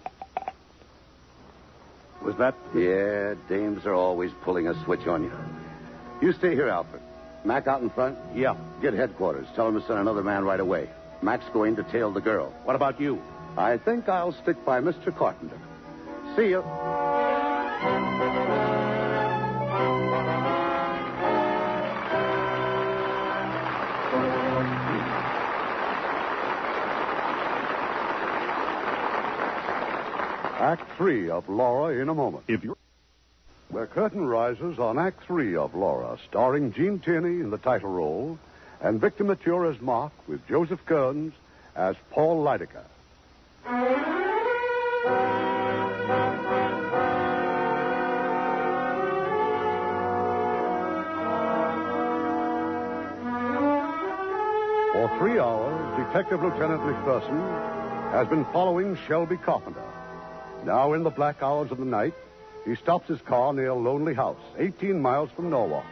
Speaker 4: Was that? Yeah, dames are always pulling a switch on you. You stay here, Alfred. Mac out in front? Yeah. Get headquarters. Tell him to send another man right away. Mac's going to tail the girl. What about you? I think I'll stick by Mr. Carpenter. See you.
Speaker 3: Act three of Laura in a moment. If you The curtain rises on Act three of Laura, starring Gene Tierney in the title role, and Victor Mature as Mark, with Joseph Kearns as Paul Lydecker.
Speaker 14: Thank you.
Speaker 3: For three hours, Detective Lieutenant McPherson has been following Shelby Carpenter. Now, in the black hours of the night, he stops his car near Lonely House, 18 miles from Norwalk,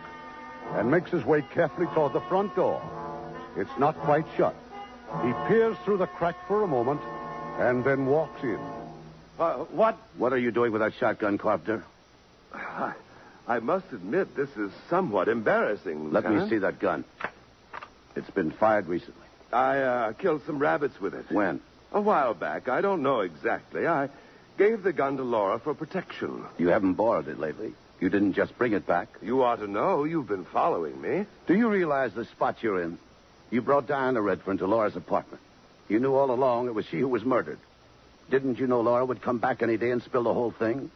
Speaker 3: and makes his way carefully toward the front door. It's not quite shut. He peers through the crack for a moment and then walks in.
Speaker 4: Uh, what? What are you doing with that shotgun, Carpenter?
Speaker 7: I, I must admit, this is somewhat embarrassing.
Speaker 4: Let me
Speaker 7: Lieutenant.
Speaker 4: see that gun. It's been fired recently.
Speaker 7: I uh, killed some rabbits with it.
Speaker 4: When?
Speaker 7: A while back. I don't know exactly. I gave the gun to Laura for protection.
Speaker 4: You haven't borrowed it lately. You didn't just bring it back.
Speaker 7: You ought to know. You've been following me.
Speaker 4: Do you realize the spot you're in? You brought Diana Redfern to Laura's apartment. You knew all along it was she who was murdered. Didn't you know Laura would come back any day and spill the whole thing?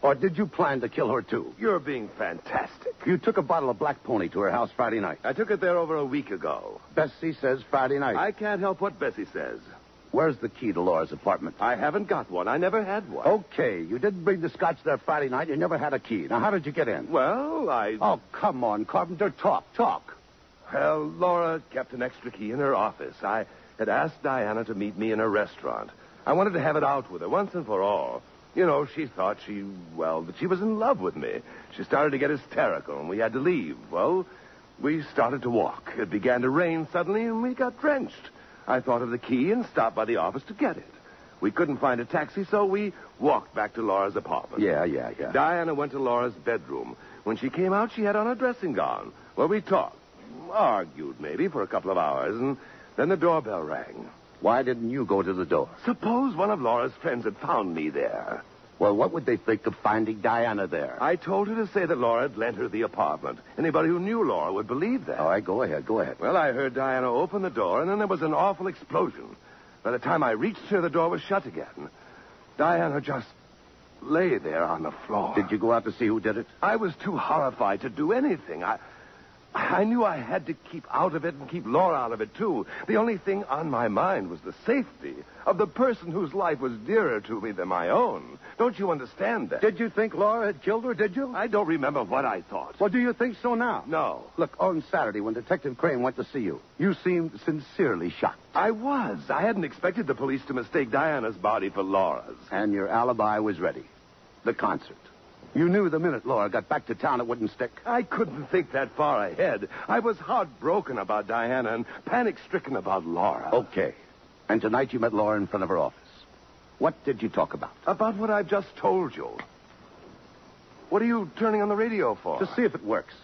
Speaker 4: Or did you plan to kill her, too?
Speaker 7: You're being fantastic.
Speaker 4: You took a bottle of Black Pony to her house Friday night.
Speaker 7: I took it there over a week ago.
Speaker 4: Bessie says Friday night.
Speaker 7: I can't help what Bessie says.
Speaker 4: Where's the key to Laura's apartment?
Speaker 7: I haven't got one. I never had one.
Speaker 4: Okay, you didn't bring the scotch there Friday night. You never had a key. Now, how did you get in?
Speaker 7: Well, I.
Speaker 4: Oh, come on, Carpenter. Talk, talk.
Speaker 7: Well, Laura kept an extra key in her office. I had asked Diana to meet me in a restaurant. I wanted to have it out with her once and for all. You know, she thought she, well, that she was in love with me. She started to get hysterical, and we had to leave. Well, we started to walk. It began to rain suddenly, and we got drenched. I thought of the key and stopped by the office to get it. We couldn't find a taxi, so we walked back to Laura's apartment.
Speaker 4: Yeah, yeah, yeah.
Speaker 7: Diana went to Laura's bedroom. When she came out, she had on a dressing gown. Well, we talked, argued maybe for a couple of hours, and then the doorbell rang.
Speaker 4: Why didn't you go to the door?
Speaker 7: Suppose one of Laura's friends had found me there.
Speaker 4: Well, what would they think of finding Diana there?
Speaker 7: I told her to say that Laura had lent her the apartment. Anybody who knew Laura would believe that.
Speaker 4: All right, go ahead, go ahead.
Speaker 7: Well, I heard Diana open the door, and then there was an awful explosion. By the time I reached her, the door was shut again. Diana just lay there on the floor.
Speaker 4: Did you go out to see who did it?
Speaker 7: I was too horrified to do anything. I, I knew I had to keep out of it and keep Laura out of it, too. The only thing on my mind was the safety of the person whose life was dearer to me than my own. Don't you understand that?
Speaker 4: Did you think Laura had killed her, did you?
Speaker 7: I don't remember what I thought.
Speaker 4: Well, do you think so now?
Speaker 7: No.
Speaker 4: Look, on Saturday when Detective Crane went to see you, you seemed sincerely shocked.
Speaker 7: I was. I hadn't expected the police to mistake Diana's body for Laura's.
Speaker 4: And your alibi was ready. The concert. You knew the minute Laura got back to town it wouldn't stick.
Speaker 7: I couldn't think that far ahead. I was heartbroken about Diana and panic stricken about Laura.
Speaker 4: Okay. And tonight you met Laura in front of her office. What did you talk about?
Speaker 7: About what I've just told you. What are you turning on the radio for?
Speaker 4: To see if it works.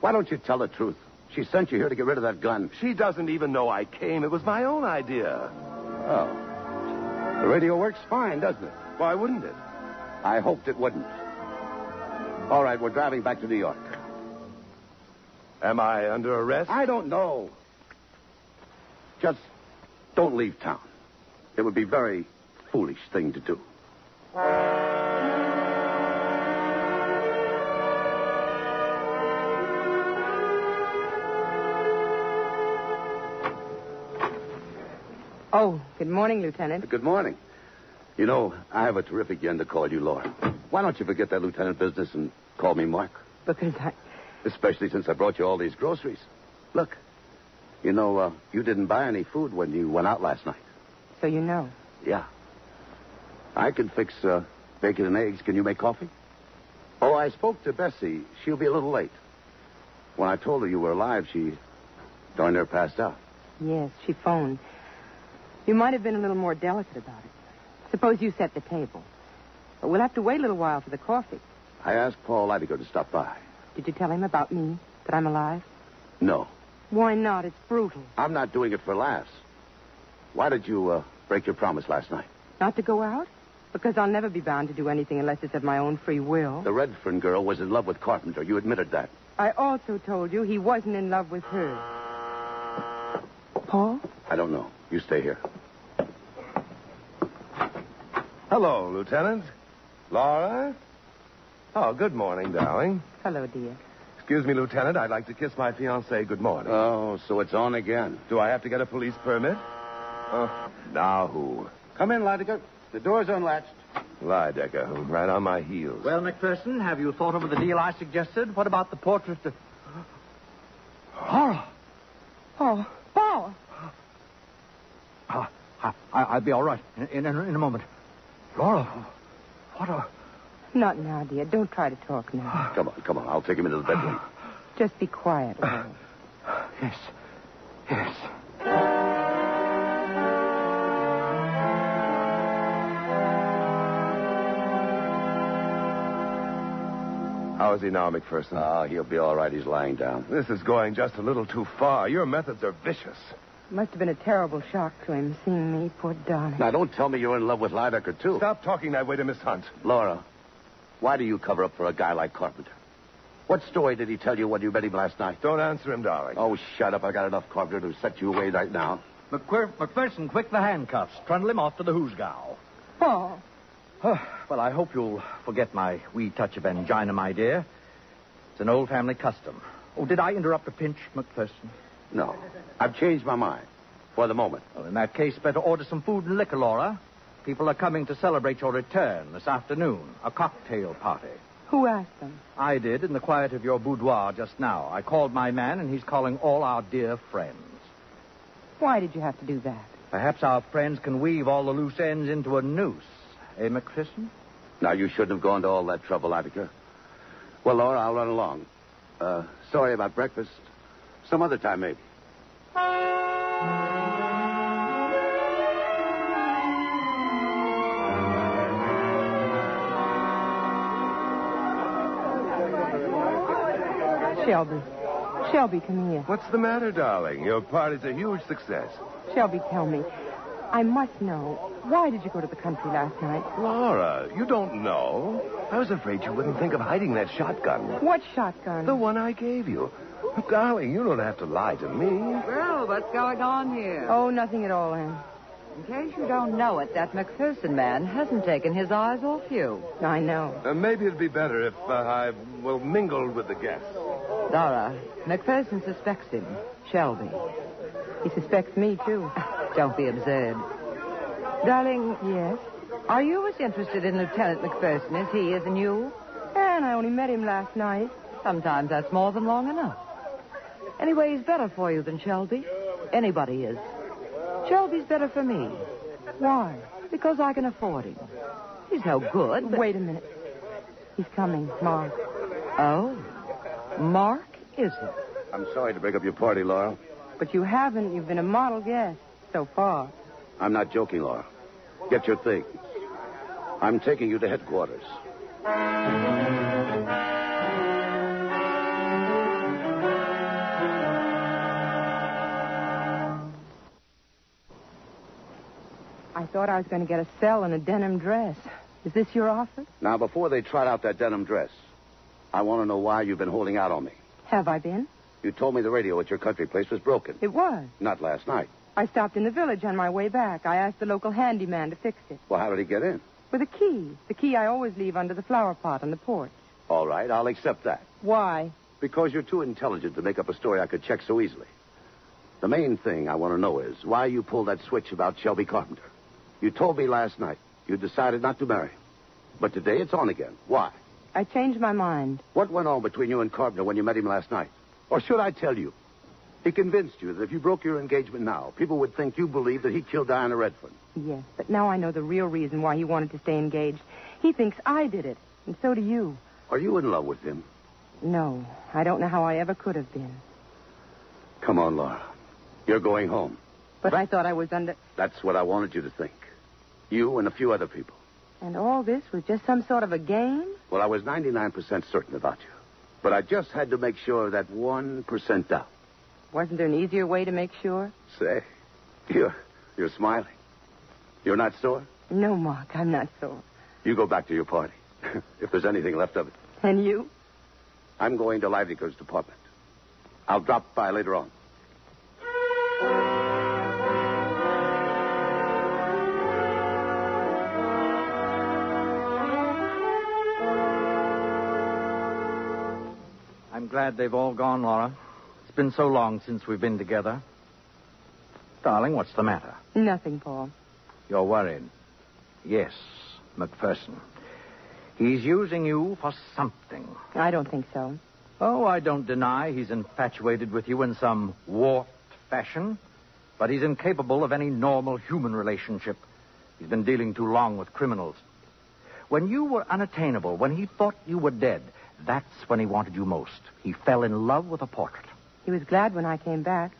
Speaker 4: Why don't you tell the truth? She sent you here to get rid of that gun.
Speaker 7: She doesn't even know I came. It was my own idea.
Speaker 4: Oh. The radio works fine, doesn't it?
Speaker 7: Why wouldn't it?
Speaker 4: I hoped it wouldn't. All right, we're driving back to New York.
Speaker 7: Am I under arrest?
Speaker 4: I don't know. Just don't leave town. It would be very foolish thing to do.
Speaker 8: Oh, good morning, Lieutenant.
Speaker 4: Good morning. You know, I have a terrific yen to call you Laura. Why don't you forget that lieutenant business and call me Mark?
Speaker 8: Because I.
Speaker 4: Especially since I brought you all these groceries. Look, you know, uh, you didn't buy any food when you went out last night.
Speaker 8: So you know.
Speaker 4: Yeah. I can fix uh, bacon and eggs. Can you make coffee? Oh, I spoke to Bessie. She'll be a little late. When I told her you were alive, she darn near passed out.
Speaker 8: Yes, she phoned. You might have been a little more delicate about it. Suppose you set the table. But we'll have to wait a little while for the coffee.
Speaker 4: I asked Paul Leidiger to stop by.
Speaker 8: Did you tell him about me? That I'm alive?
Speaker 4: No,
Speaker 8: Why not? It's brutal.
Speaker 4: I'm not doing it for laughs. Why did you uh, break your promise last night?
Speaker 8: Not to go out? Because I'll never be bound to do anything unless it's of my own free will.
Speaker 4: The Redfern girl was in love with Carpenter. You admitted that.
Speaker 8: I also told you he wasn't in love with her. Paul?
Speaker 4: I don't know. You stay here.
Speaker 7: Hello, Lieutenant. Laura? Oh, good morning, darling.
Speaker 8: Hello, dear.
Speaker 7: Excuse me, Lieutenant. I'd like to kiss my fiancée good morning.
Speaker 4: Oh, so it's on again.
Speaker 7: Do I have to get a police permit? Uh, now who?
Speaker 4: Come in, Leidiger. The door's unlatched.
Speaker 7: Lidecker, right on my heels.
Speaker 5: Well, McPherson, have you thought over the deal I suggested? What about the portrait of. Laura!
Speaker 9: Oh, Paul.
Speaker 5: Ah, I, I, I'll be all right in, in, in a moment. Laura, what a.
Speaker 8: Not now, dear. Don't try to talk now.
Speaker 4: Come on, come on. I'll take him into the bedroom.
Speaker 8: Just be quiet. Laura.
Speaker 5: Uh, Yes. Yes.
Speaker 7: How is he now, McPherson?
Speaker 4: Oh, he'll be all right. He's lying down.
Speaker 7: This is going just a little too far. Your methods are vicious.
Speaker 8: Must have been a terrible shock to him seeing me, poor darling.
Speaker 4: Now, don't tell me you're in love with Lydecker, too.
Speaker 7: Stop talking that way to Miss Hunt.
Speaker 4: Laura, why do you cover up for a guy like Carpenter? What story did he tell you when you met him last night?
Speaker 7: Don't answer him, darling.
Speaker 4: Oh, shut up. I got enough Carpenter to set you away right now.
Speaker 5: McQuir- McPherson, quick the handcuffs. Trundle him off to the Hoosgow.
Speaker 8: Paul.
Speaker 5: well, I hope you'll forget my wee touch of angina, my dear. It's an old family custom. Oh, did I interrupt a pinch, McPherson?
Speaker 4: No. I've changed my mind. For the moment.
Speaker 5: Well, in that case, better order some food and liquor, Laura. People are coming to celebrate your return this afternoon. A cocktail party.
Speaker 8: Who asked them?
Speaker 5: I did in the quiet of your boudoir just now. I called my man, and he's calling all our dear friends.
Speaker 8: Why did you have to do that?
Speaker 5: Perhaps our friends can weave all the loose ends into a noose. Eh, McPherson?
Speaker 4: Now, you shouldn't have gone to all that trouble, Attica. Well, Laura, I'll run along. Uh, sorry about breakfast. Some other time, maybe.
Speaker 8: Shelby. Shelby, come here.
Speaker 7: What's the matter, darling? Your party's a huge success.
Speaker 8: Shelby, tell me. I must know. Why did you go to the country last night?
Speaker 7: Laura, you don't know. I was afraid you wouldn't think of hiding that shotgun.
Speaker 8: What shotgun?
Speaker 7: The one I gave you. Darling, you don't have to lie to me.
Speaker 14: Well, what's going on here?
Speaker 8: Oh, nothing at all, Anne.
Speaker 14: In case you don't know it, that McPherson man hasn't taken his eyes off you.
Speaker 8: I know.
Speaker 7: Uh, maybe it'd be better if uh, I, well, mingled with the guests.
Speaker 14: Dora, McPherson suspects him. Shelby.
Speaker 8: He suspects me, too.
Speaker 14: Don't be absurd. Darling.
Speaker 8: Yes?
Speaker 14: Are you as interested in Lieutenant McPherson as he is in you?
Speaker 8: Anne, I only met him last night.
Speaker 14: Sometimes that's more than long enough. Anyway, he's better for you than Shelby. Anybody is. Shelby's better for me.
Speaker 8: Why?
Speaker 14: Because I can afford him. He's no good. But...
Speaker 8: Wait a minute. He's coming, Mark.
Speaker 14: Oh. Mark is it?
Speaker 4: I'm sorry to break up your party, Laura.
Speaker 8: But you haven't. You've been a model guest so far.
Speaker 4: I'm not joking, Laura. Get your things. I'm taking you to headquarters.
Speaker 8: I thought I was going to get a cell in a denim dress. Is this your office?
Speaker 4: Now, before they trot out that denim dress, I want to know why you've been holding out on me.
Speaker 8: Have I been?
Speaker 4: You told me the radio at your country place was broken.
Speaker 8: It was.
Speaker 4: Not last night.
Speaker 8: I stopped in the village on my way back. I asked the local handyman to fix it.
Speaker 4: Well, how did he get in?
Speaker 8: With a key. The key I always leave under the flower pot on the porch.
Speaker 4: All right, I'll accept that.
Speaker 8: Why?
Speaker 4: Because you're too intelligent to make up a story I could check so easily. The main thing I want to know is why you pulled that switch about Shelby Carpenter. You told me last night you decided not to marry him. But today it's on again. Why?
Speaker 8: I changed my mind.
Speaker 4: What went on between you and Carpenter when you met him last night? Or should I tell you? He convinced you that if you broke your engagement now, people would think you believed that he killed Diana Redfern.
Speaker 8: Yes, but now I know the real reason why he wanted to stay engaged. He thinks I did it, and so do you.
Speaker 4: Are you in love with him?
Speaker 8: No. I don't know how I ever could have been.
Speaker 4: Come on, Laura. You're going home.
Speaker 8: But I thought I was under.
Speaker 4: That's what I wanted you to think. You and a few other people.
Speaker 8: And all this was just some sort of a game?
Speaker 4: Well, I was 99% certain about you. But I just had to make sure that 1% doubt.
Speaker 8: Wasn't there an easier way to make sure?
Speaker 4: Say, you're, you're smiling. You're not sore?
Speaker 8: No, Mark, I'm not sore.
Speaker 4: You go back to your party, if there's anything left of it.
Speaker 8: And you?
Speaker 4: I'm going to Leidiger's department. I'll drop by later on.
Speaker 5: I'm glad they've all gone, Laura. It's been so long since we've been together. Darling, what's the matter?
Speaker 8: Nothing, Paul.
Speaker 5: You're worried. Yes, McPherson. He's using you for something.
Speaker 8: I don't think so.
Speaker 5: Oh, I don't deny he's infatuated with you in some warped fashion. But he's incapable of any normal human relationship. He's been dealing too long with criminals. When you were unattainable, when he thought you were dead, that's when he wanted you most. He fell in love with a portrait.
Speaker 8: He was glad when I came back,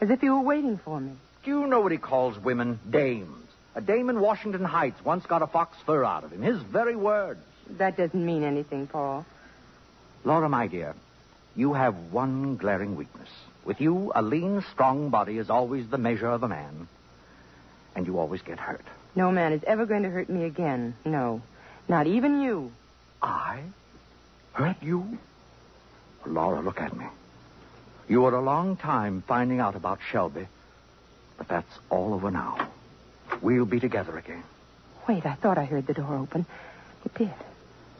Speaker 8: as if he were waiting for me.
Speaker 5: Do you know what he calls women? Dames. A dame in Washington Heights once got a fox fur out of him. His very words.
Speaker 8: That doesn't mean anything, Paul.
Speaker 5: Laura, my dear, you have one glaring weakness. With you, a lean, strong body is always the measure of a man, and you always get hurt.
Speaker 8: No man is ever going to hurt me again. No. Not even you.
Speaker 5: I? Hurt you? Laura, look at me. You were a long time finding out about Shelby, but that's all over now. We'll be together again.
Speaker 8: Wait, I thought I heard the door open. It did.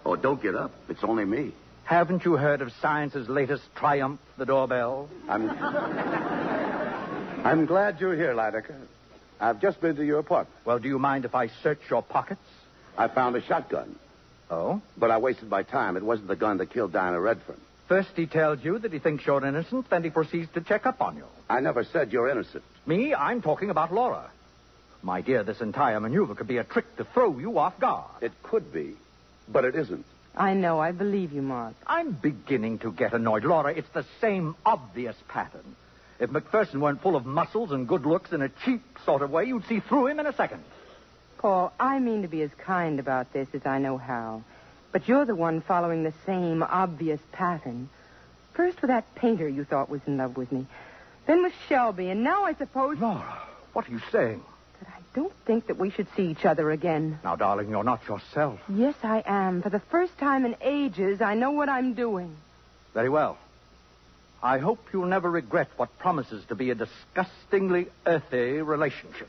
Speaker 4: Oh, don't get up. It's only me.
Speaker 5: Haven't you heard of science's latest triumph, the doorbell?
Speaker 4: I'm. I'm glad you're here, Lydecker. I've just been to your apartment.
Speaker 5: Well, do you mind if I search your pockets?
Speaker 4: I found a shotgun.
Speaker 5: Oh?
Speaker 4: But I wasted my time. It wasn't the gun that killed Dinah Redfern.
Speaker 5: First he tells you that he thinks you're innocent, then he proceeds to check up on you.
Speaker 4: I never said you're innocent.
Speaker 5: Me? I'm talking about Laura. My dear, this entire maneuver could be a trick to throw you off guard.
Speaker 4: It could be, but it isn't.
Speaker 8: I know. I believe you, Mark.
Speaker 5: I'm beginning to get annoyed. Laura, it's the same obvious pattern. If McPherson weren't full of muscles and good looks in a cheap sort of way, you'd see through him in a second.
Speaker 8: Paul, I mean to be as kind about this as I know how. But you're the one following the same obvious pattern. First with that painter you thought was in love with me, then with Shelby, and now I suppose.
Speaker 5: Laura, what are you saying?
Speaker 8: That I don't think that we should see each other again.
Speaker 5: Now, darling, you're not yourself.
Speaker 8: Yes, I am. For the first time in ages, I know what I'm doing.
Speaker 5: Very well. I hope you'll never regret what promises to be a disgustingly earthy relationship.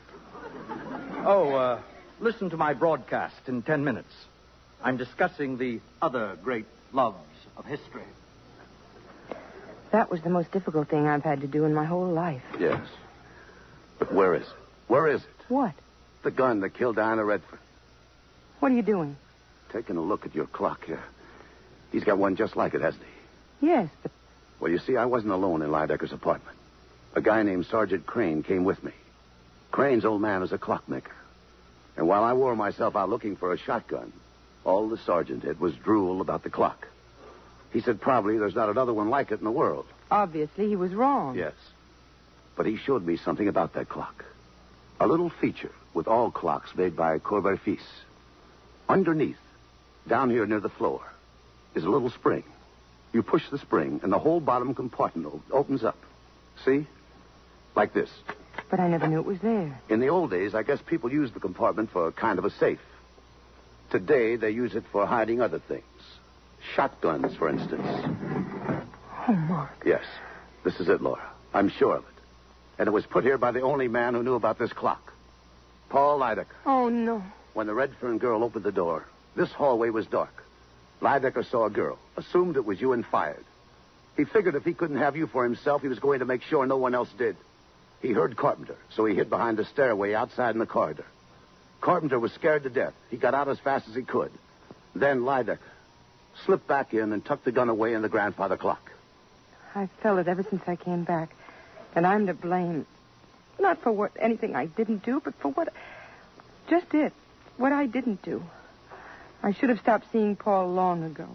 Speaker 5: Oh, uh, listen to my broadcast in ten minutes. I'm discussing the other great loves of history.
Speaker 8: That was the most difficult thing I've had to do in my whole life.
Speaker 4: Yes. But where is it? Where is it?
Speaker 8: What?
Speaker 4: The gun that killed Diana Redfern.
Speaker 8: What are you doing?
Speaker 4: Taking a look at your clock here. He's got one just like it, hasn't he?
Speaker 8: Yes, but
Speaker 4: well, you see, I wasn't alone in Lidecker's apartment. A guy named Sergeant Crane came with me. Crane's old man is a clockmaker. And while I wore myself out looking for a shotgun, all the sergeant did was drool about the clock. He said probably there's not another one like it in the world.
Speaker 8: Obviously, he was wrong.
Speaker 4: Yes. But he showed me something about that clock. A little feature with all clocks made by Courberfis. Underneath, down here near the floor, is a little spring. You push the spring, and the whole bottom compartment opens up. See? Like this.
Speaker 8: But I never knew it was there.
Speaker 4: In the old days, I guess people used the compartment for kind of a safe. Today, they use it for hiding other things. Shotguns, for instance.
Speaker 8: Oh, Mark.
Speaker 4: Yes. This is it, Laura. I'm sure of it. And it was put here by the only man who knew about this clock Paul Lydecker.
Speaker 8: Oh, no.
Speaker 4: When the Redfern girl opened the door, this hallway was dark. Lidecker saw a girl, assumed it was you, and fired. He figured if he couldn't have you for himself, he was going to make sure no one else did. He heard Carpenter, so he hid behind the stairway outside in the corridor. Carpenter was scared to death. He got out as fast as he could. Then Lidecker slipped back in and tucked the gun away in the grandfather clock.
Speaker 8: I've felt it ever since I came back, and I'm to blame. Not for what anything I didn't do, but for what just it, what I didn't do. I should have stopped seeing Paul long ago.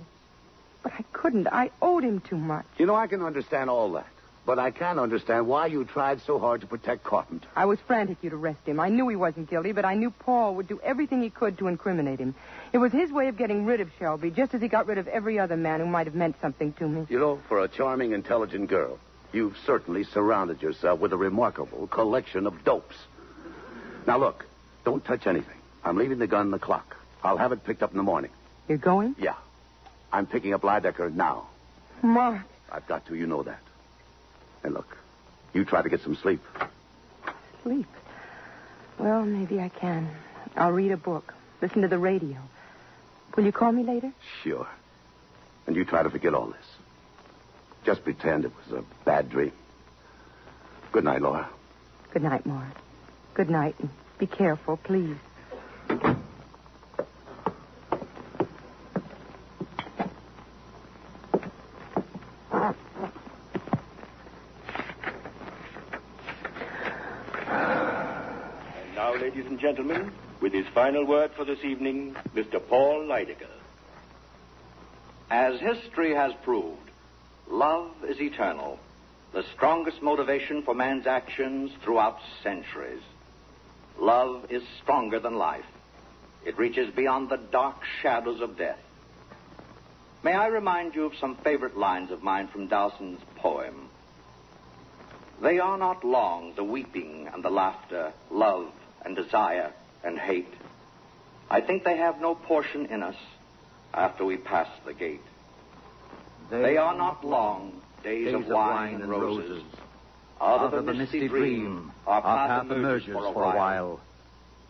Speaker 8: But I couldn't. I owed him too much.
Speaker 4: You know, I can understand all that. But I can understand why you tried so hard to protect Carpenter.
Speaker 8: I was frantic you'd arrest him. I knew he wasn't guilty, but I knew Paul would do everything he could to incriminate him. It was his way of getting rid of Shelby, just as he got rid of every other man who might have meant something to me.
Speaker 4: You know, for a charming, intelligent girl, you've certainly surrounded yourself with a remarkable collection of dopes. Now, look, don't touch anything. I'm leaving the gun in the clock. I'll have it picked up in the morning.
Speaker 8: You're going?
Speaker 4: Yeah. I'm picking up Lidecker now.
Speaker 8: Mark.
Speaker 4: I've got to, you know that. And look, you try to get some sleep.
Speaker 8: Sleep? Well, maybe I can. I'll read a book, listen to the radio. Will you call me later?
Speaker 4: Sure. And you try to forget all this. Just pretend it was a bad dream. Good night, Laura.
Speaker 8: Good night, Mark. Good night, and be careful, please.
Speaker 15: ladies and gentlemen, with his final word for this evening, Mr. Paul Leidecker. As history has proved, love is eternal, the strongest motivation for man's actions throughout centuries. Love is stronger than life. It reaches beyond the dark shadows of death. May I remind you of some favorite lines of mine from Dowson's poem? They are not long, the weeping and the laughter, love and desire and hate. I think they have no portion in us after we pass the gate. They, are not long, days, of, wine and roses. Out of, the misty, dream, our
Speaker 5: Our
Speaker 15: path,
Speaker 5: path
Speaker 15: emerges, for a while,
Speaker 5: while,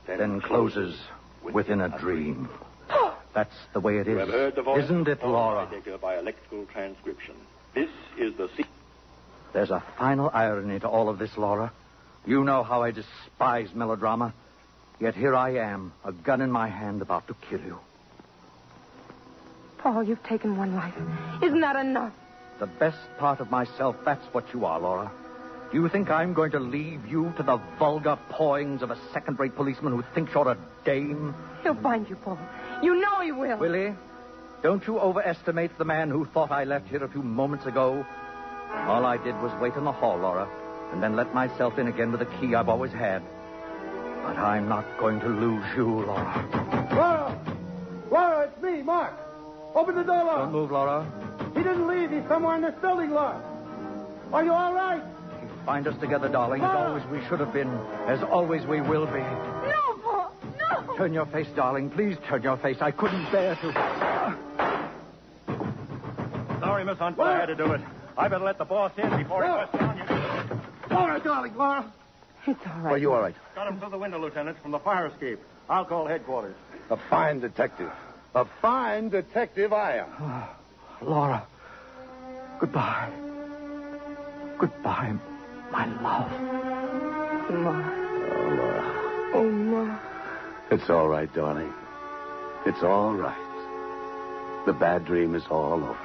Speaker 5: then closes within a dream. That's the way it
Speaker 15: You have heard
Speaker 5: is.
Speaker 15: the voice
Speaker 5: Isn't
Speaker 15: of
Speaker 5: it,
Speaker 15: Paul
Speaker 5: Laura?
Speaker 15: Heidegger by electrical transcription. This is the secret.
Speaker 5: There's a final irony to all of this, Laura. You know how I despise melodrama. Yet here I am, a gun in my hand, about to kill you.
Speaker 8: Paul, you've taken one life. Isn't that enough?
Speaker 5: The best part of myself, that's what you are, Laura. Do you think I'm going to leave you to the vulgar pawings of a second rate policeman who thinks you're a dame?
Speaker 8: He'll bind you, Paul. You know he will.
Speaker 5: Willie, don't you overestimate the man who thought I left here a few moments ago? All I did was wait in the hall, Laura, and then let myself in again with a key I've always had. But I'm not going to lose you, Laura.
Speaker 16: Laura! Laura, it's me, Mark. Open the door, Laura.
Speaker 5: Don't move, Laura.
Speaker 16: He didn't leave. He's somewhere in this building, Laura. Are you all right?
Speaker 5: Find us together, darling, as always we should have been, as always we will be.
Speaker 16: No, Paul. No.
Speaker 5: Turn your face, darling. Please turn your face. I couldn't bear to.
Speaker 17: Sorry, Miss Hunt, but I had to do it. I better let the boss in before he busts down you.
Speaker 16: Laura, darling, Laura.
Speaker 17: It's all
Speaker 4: right. Are you all right?
Speaker 17: Got him through the window, Lieutenant, from the fire escape. I'll call headquarters.
Speaker 4: A fine detective. A fine detective I am.
Speaker 5: Laura, goodbye. Goodbye, my love.
Speaker 8: Mark.
Speaker 4: Oh, Laura.
Speaker 8: Oh, Mark.
Speaker 4: It's all right, darling. It's all right. The bad dream is all over.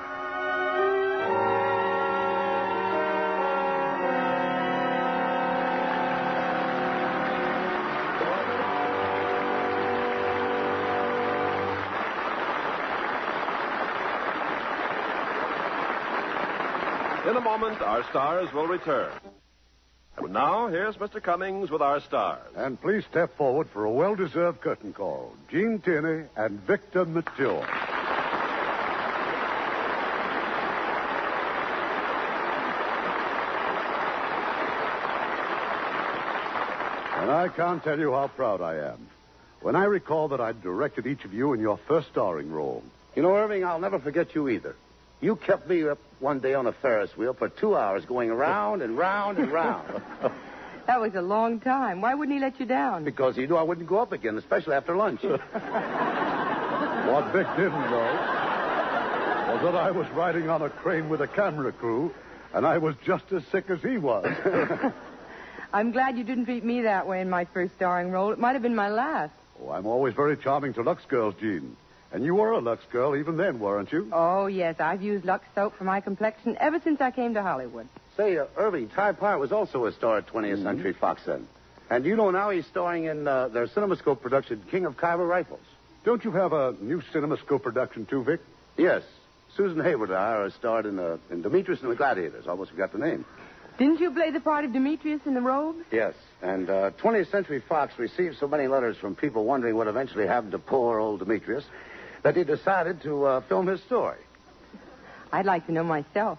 Speaker 2: In a moment, our stars will return. And now, here's Mr. Cummings with our stars.
Speaker 3: And please step forward for a well deserved curtain call. Gene Tierney and Victor Mature. And I can't tell you how proud I am when I recall that I directed each of you in your first starring role.
Speaker 4: You know, Irving, I'll never forget you either. You kept me up one day on a Ferris wheel for two hours going round and round and round.
Speaker 8: That was a long time. Why wouldn't he let you down?
Speaker 4: because he knew I wouldn't go up again, especially after lunch.
Speaker 3: What Vic didn't know was that I was riding on a crane with a camera crew, and I was just as sick as he was.
Speaker 8: I'm glad you didn't treat me that way in my first starring role. It might have been my last.
Speaker 3: oh, I'm always very charming to Lux girls, Jean. And you were a Lux girl even then, weren't you?
Speaker 4: Uh,
Speaker 8: Oh, yes, I've used Lux soap for my complexion ever since I came to Hollywood.
Speaker 4: Say, uh, Irving, Ty Pye was also a star at 20th Century Fox then. And you know now he's starring in uh, their CinemaScope production, King of Cairo Rifles.
Speaker 3: Don't you have a new CinemaScope production too, Vic?
Speaker 4: Yes. Susan Hayward and I are starred in, uh, in Demetrius and the Gladiators. Almost forgot the name.
Speaker 8: Didn't you play the part of Demetrius in the robe?
Speaker 4: Yes. And uh, 20th Century Fox received so many letters from people wondering what eventually happened to poor old Demetrius that he decided to uh, film his story.
Speaker 8: I'd like to know myself.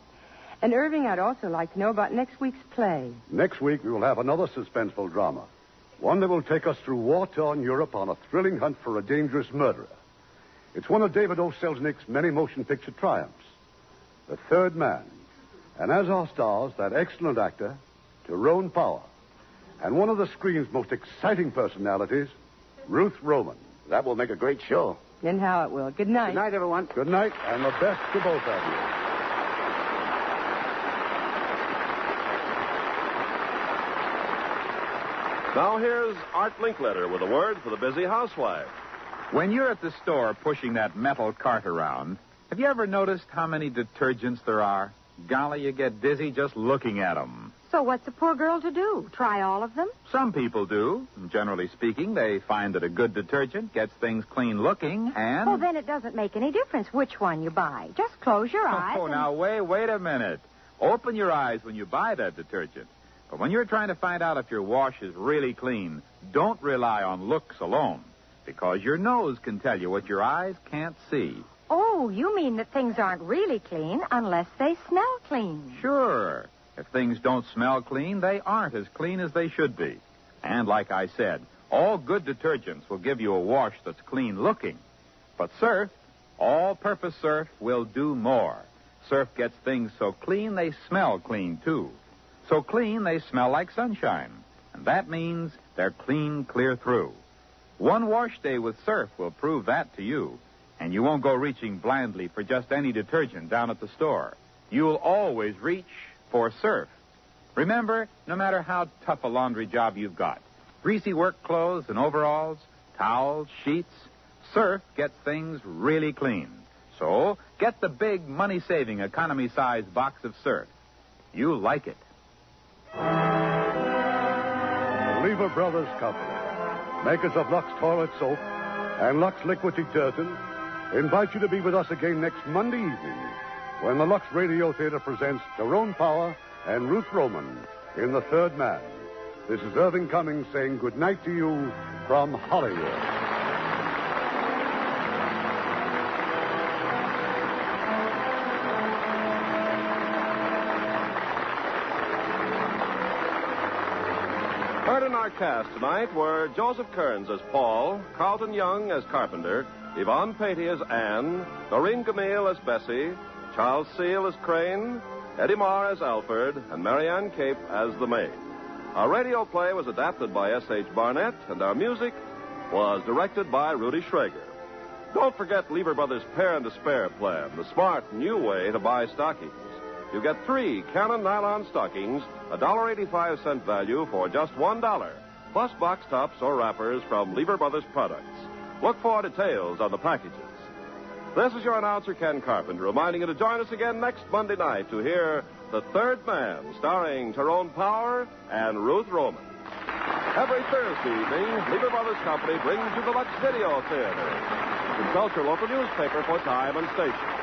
Speaker 8: And Irving, I'd also like to know about next week's play.
Speaker 3: Next week, we will have another suspenseful drama. One that will take us through war torn Europe on a thrilling hunt for a dangerous murderer. It's one of David O. Selznick's many motion picture triumphs The Third Man. And as our stars, that excellent actor, Tyrone Power. And one of the screen's most exciting personalities, Ruth Roman.
Speaker 4: That will make a great show.
Speaker 8: Then how it will. Good night.
Speaker 4: Good night, everyone.
Speaker 3: Good night, and the best to both of you.
Speaker 2: Now, here's Art Linkletter with a word for the busy housewife.
Speaker 18: When you're at the store pushing that metal cart around, have you ever noticed how many detergents there are? Golly, you get dizzy just looking at them.
Speaker 19: So what's a poor girl to do? Try all of them?
Speaker 18: Some people do. Generally speaking, they find that a good detergent gets things clean looking and.
Speaker 19: Well, then it doesn't make any difference which one you buy. Just close your eyes.
Speaker 18: Oh,
Speaker 19: and-
Speaker 18: now wait, wait a minute. Open your eyes when you buy that detergent. But when you're trying to find out if your wash is really clean, don't rely on looks alone, because your nose can tell you what your eyes can't see.
Speaker 19: Oh, you mean that things aren't really clean unless they smell clean.
Speaker 18: Sure. If things don't smell clean, they aren't as clean as they should be. And like I said, all good detergents will give you a wash that's clean looking. But Surf, all purpose Surf, will do more. Surf gets things so clean they smell clean, too. So clean they smell like sunshine. And that means they're clean clear through. One wash day with Surf will prove that to you. And you won't go reaching blindly for just any detergent down at the store. You'll always reach for Surf. Remember, no matter how tough a laundry job you've got, greasy work clothes and overalls, towels, sheets, Surf gets things really clean. So, get the big money saving economy size box of Surf. You'll like it.
Speaker 3: The Lever Brothers Company, makers of Lux Toilet Soap and Lux Liquid Detergent, invite you to be with us again next Monday evening when the Lux Radio Theater presents Tyrone Power and Ruth Roman in The Third Man. This is Irving Cummings saying good night to you from Hollywood.
Speaker 2: Heard in our cast tonight were Joseph Kearns as Paul, Carlton Young as Carpenter, Yvonne Patey as Anne, Noreen Gamil as Bessie, Charles Seal as Crane, Eddie Marr as Alfred, and Marianne Cape as the maid. Our radio play was adapted by S.H. Barnett, and our music was directed by Rudy Schrager. Don't forget Lever Brothers' Pair and Despair plan, the smart new way to buy stockings. You get three Canon nylon stockings, a dollar eighty-five cent value for just one dollar, plus box tops or wrappers from Lever Brothers products. Look for details on the packages. This is your announcer Ken Carpenter reminding you to join us again next Monday night to hear The Third Man, starring Tyrone Power and Ruth Roman. Every Thursday evening, Lever Brothers Company brings you the Lux Video Theater. Consult your local newspaper for time and station.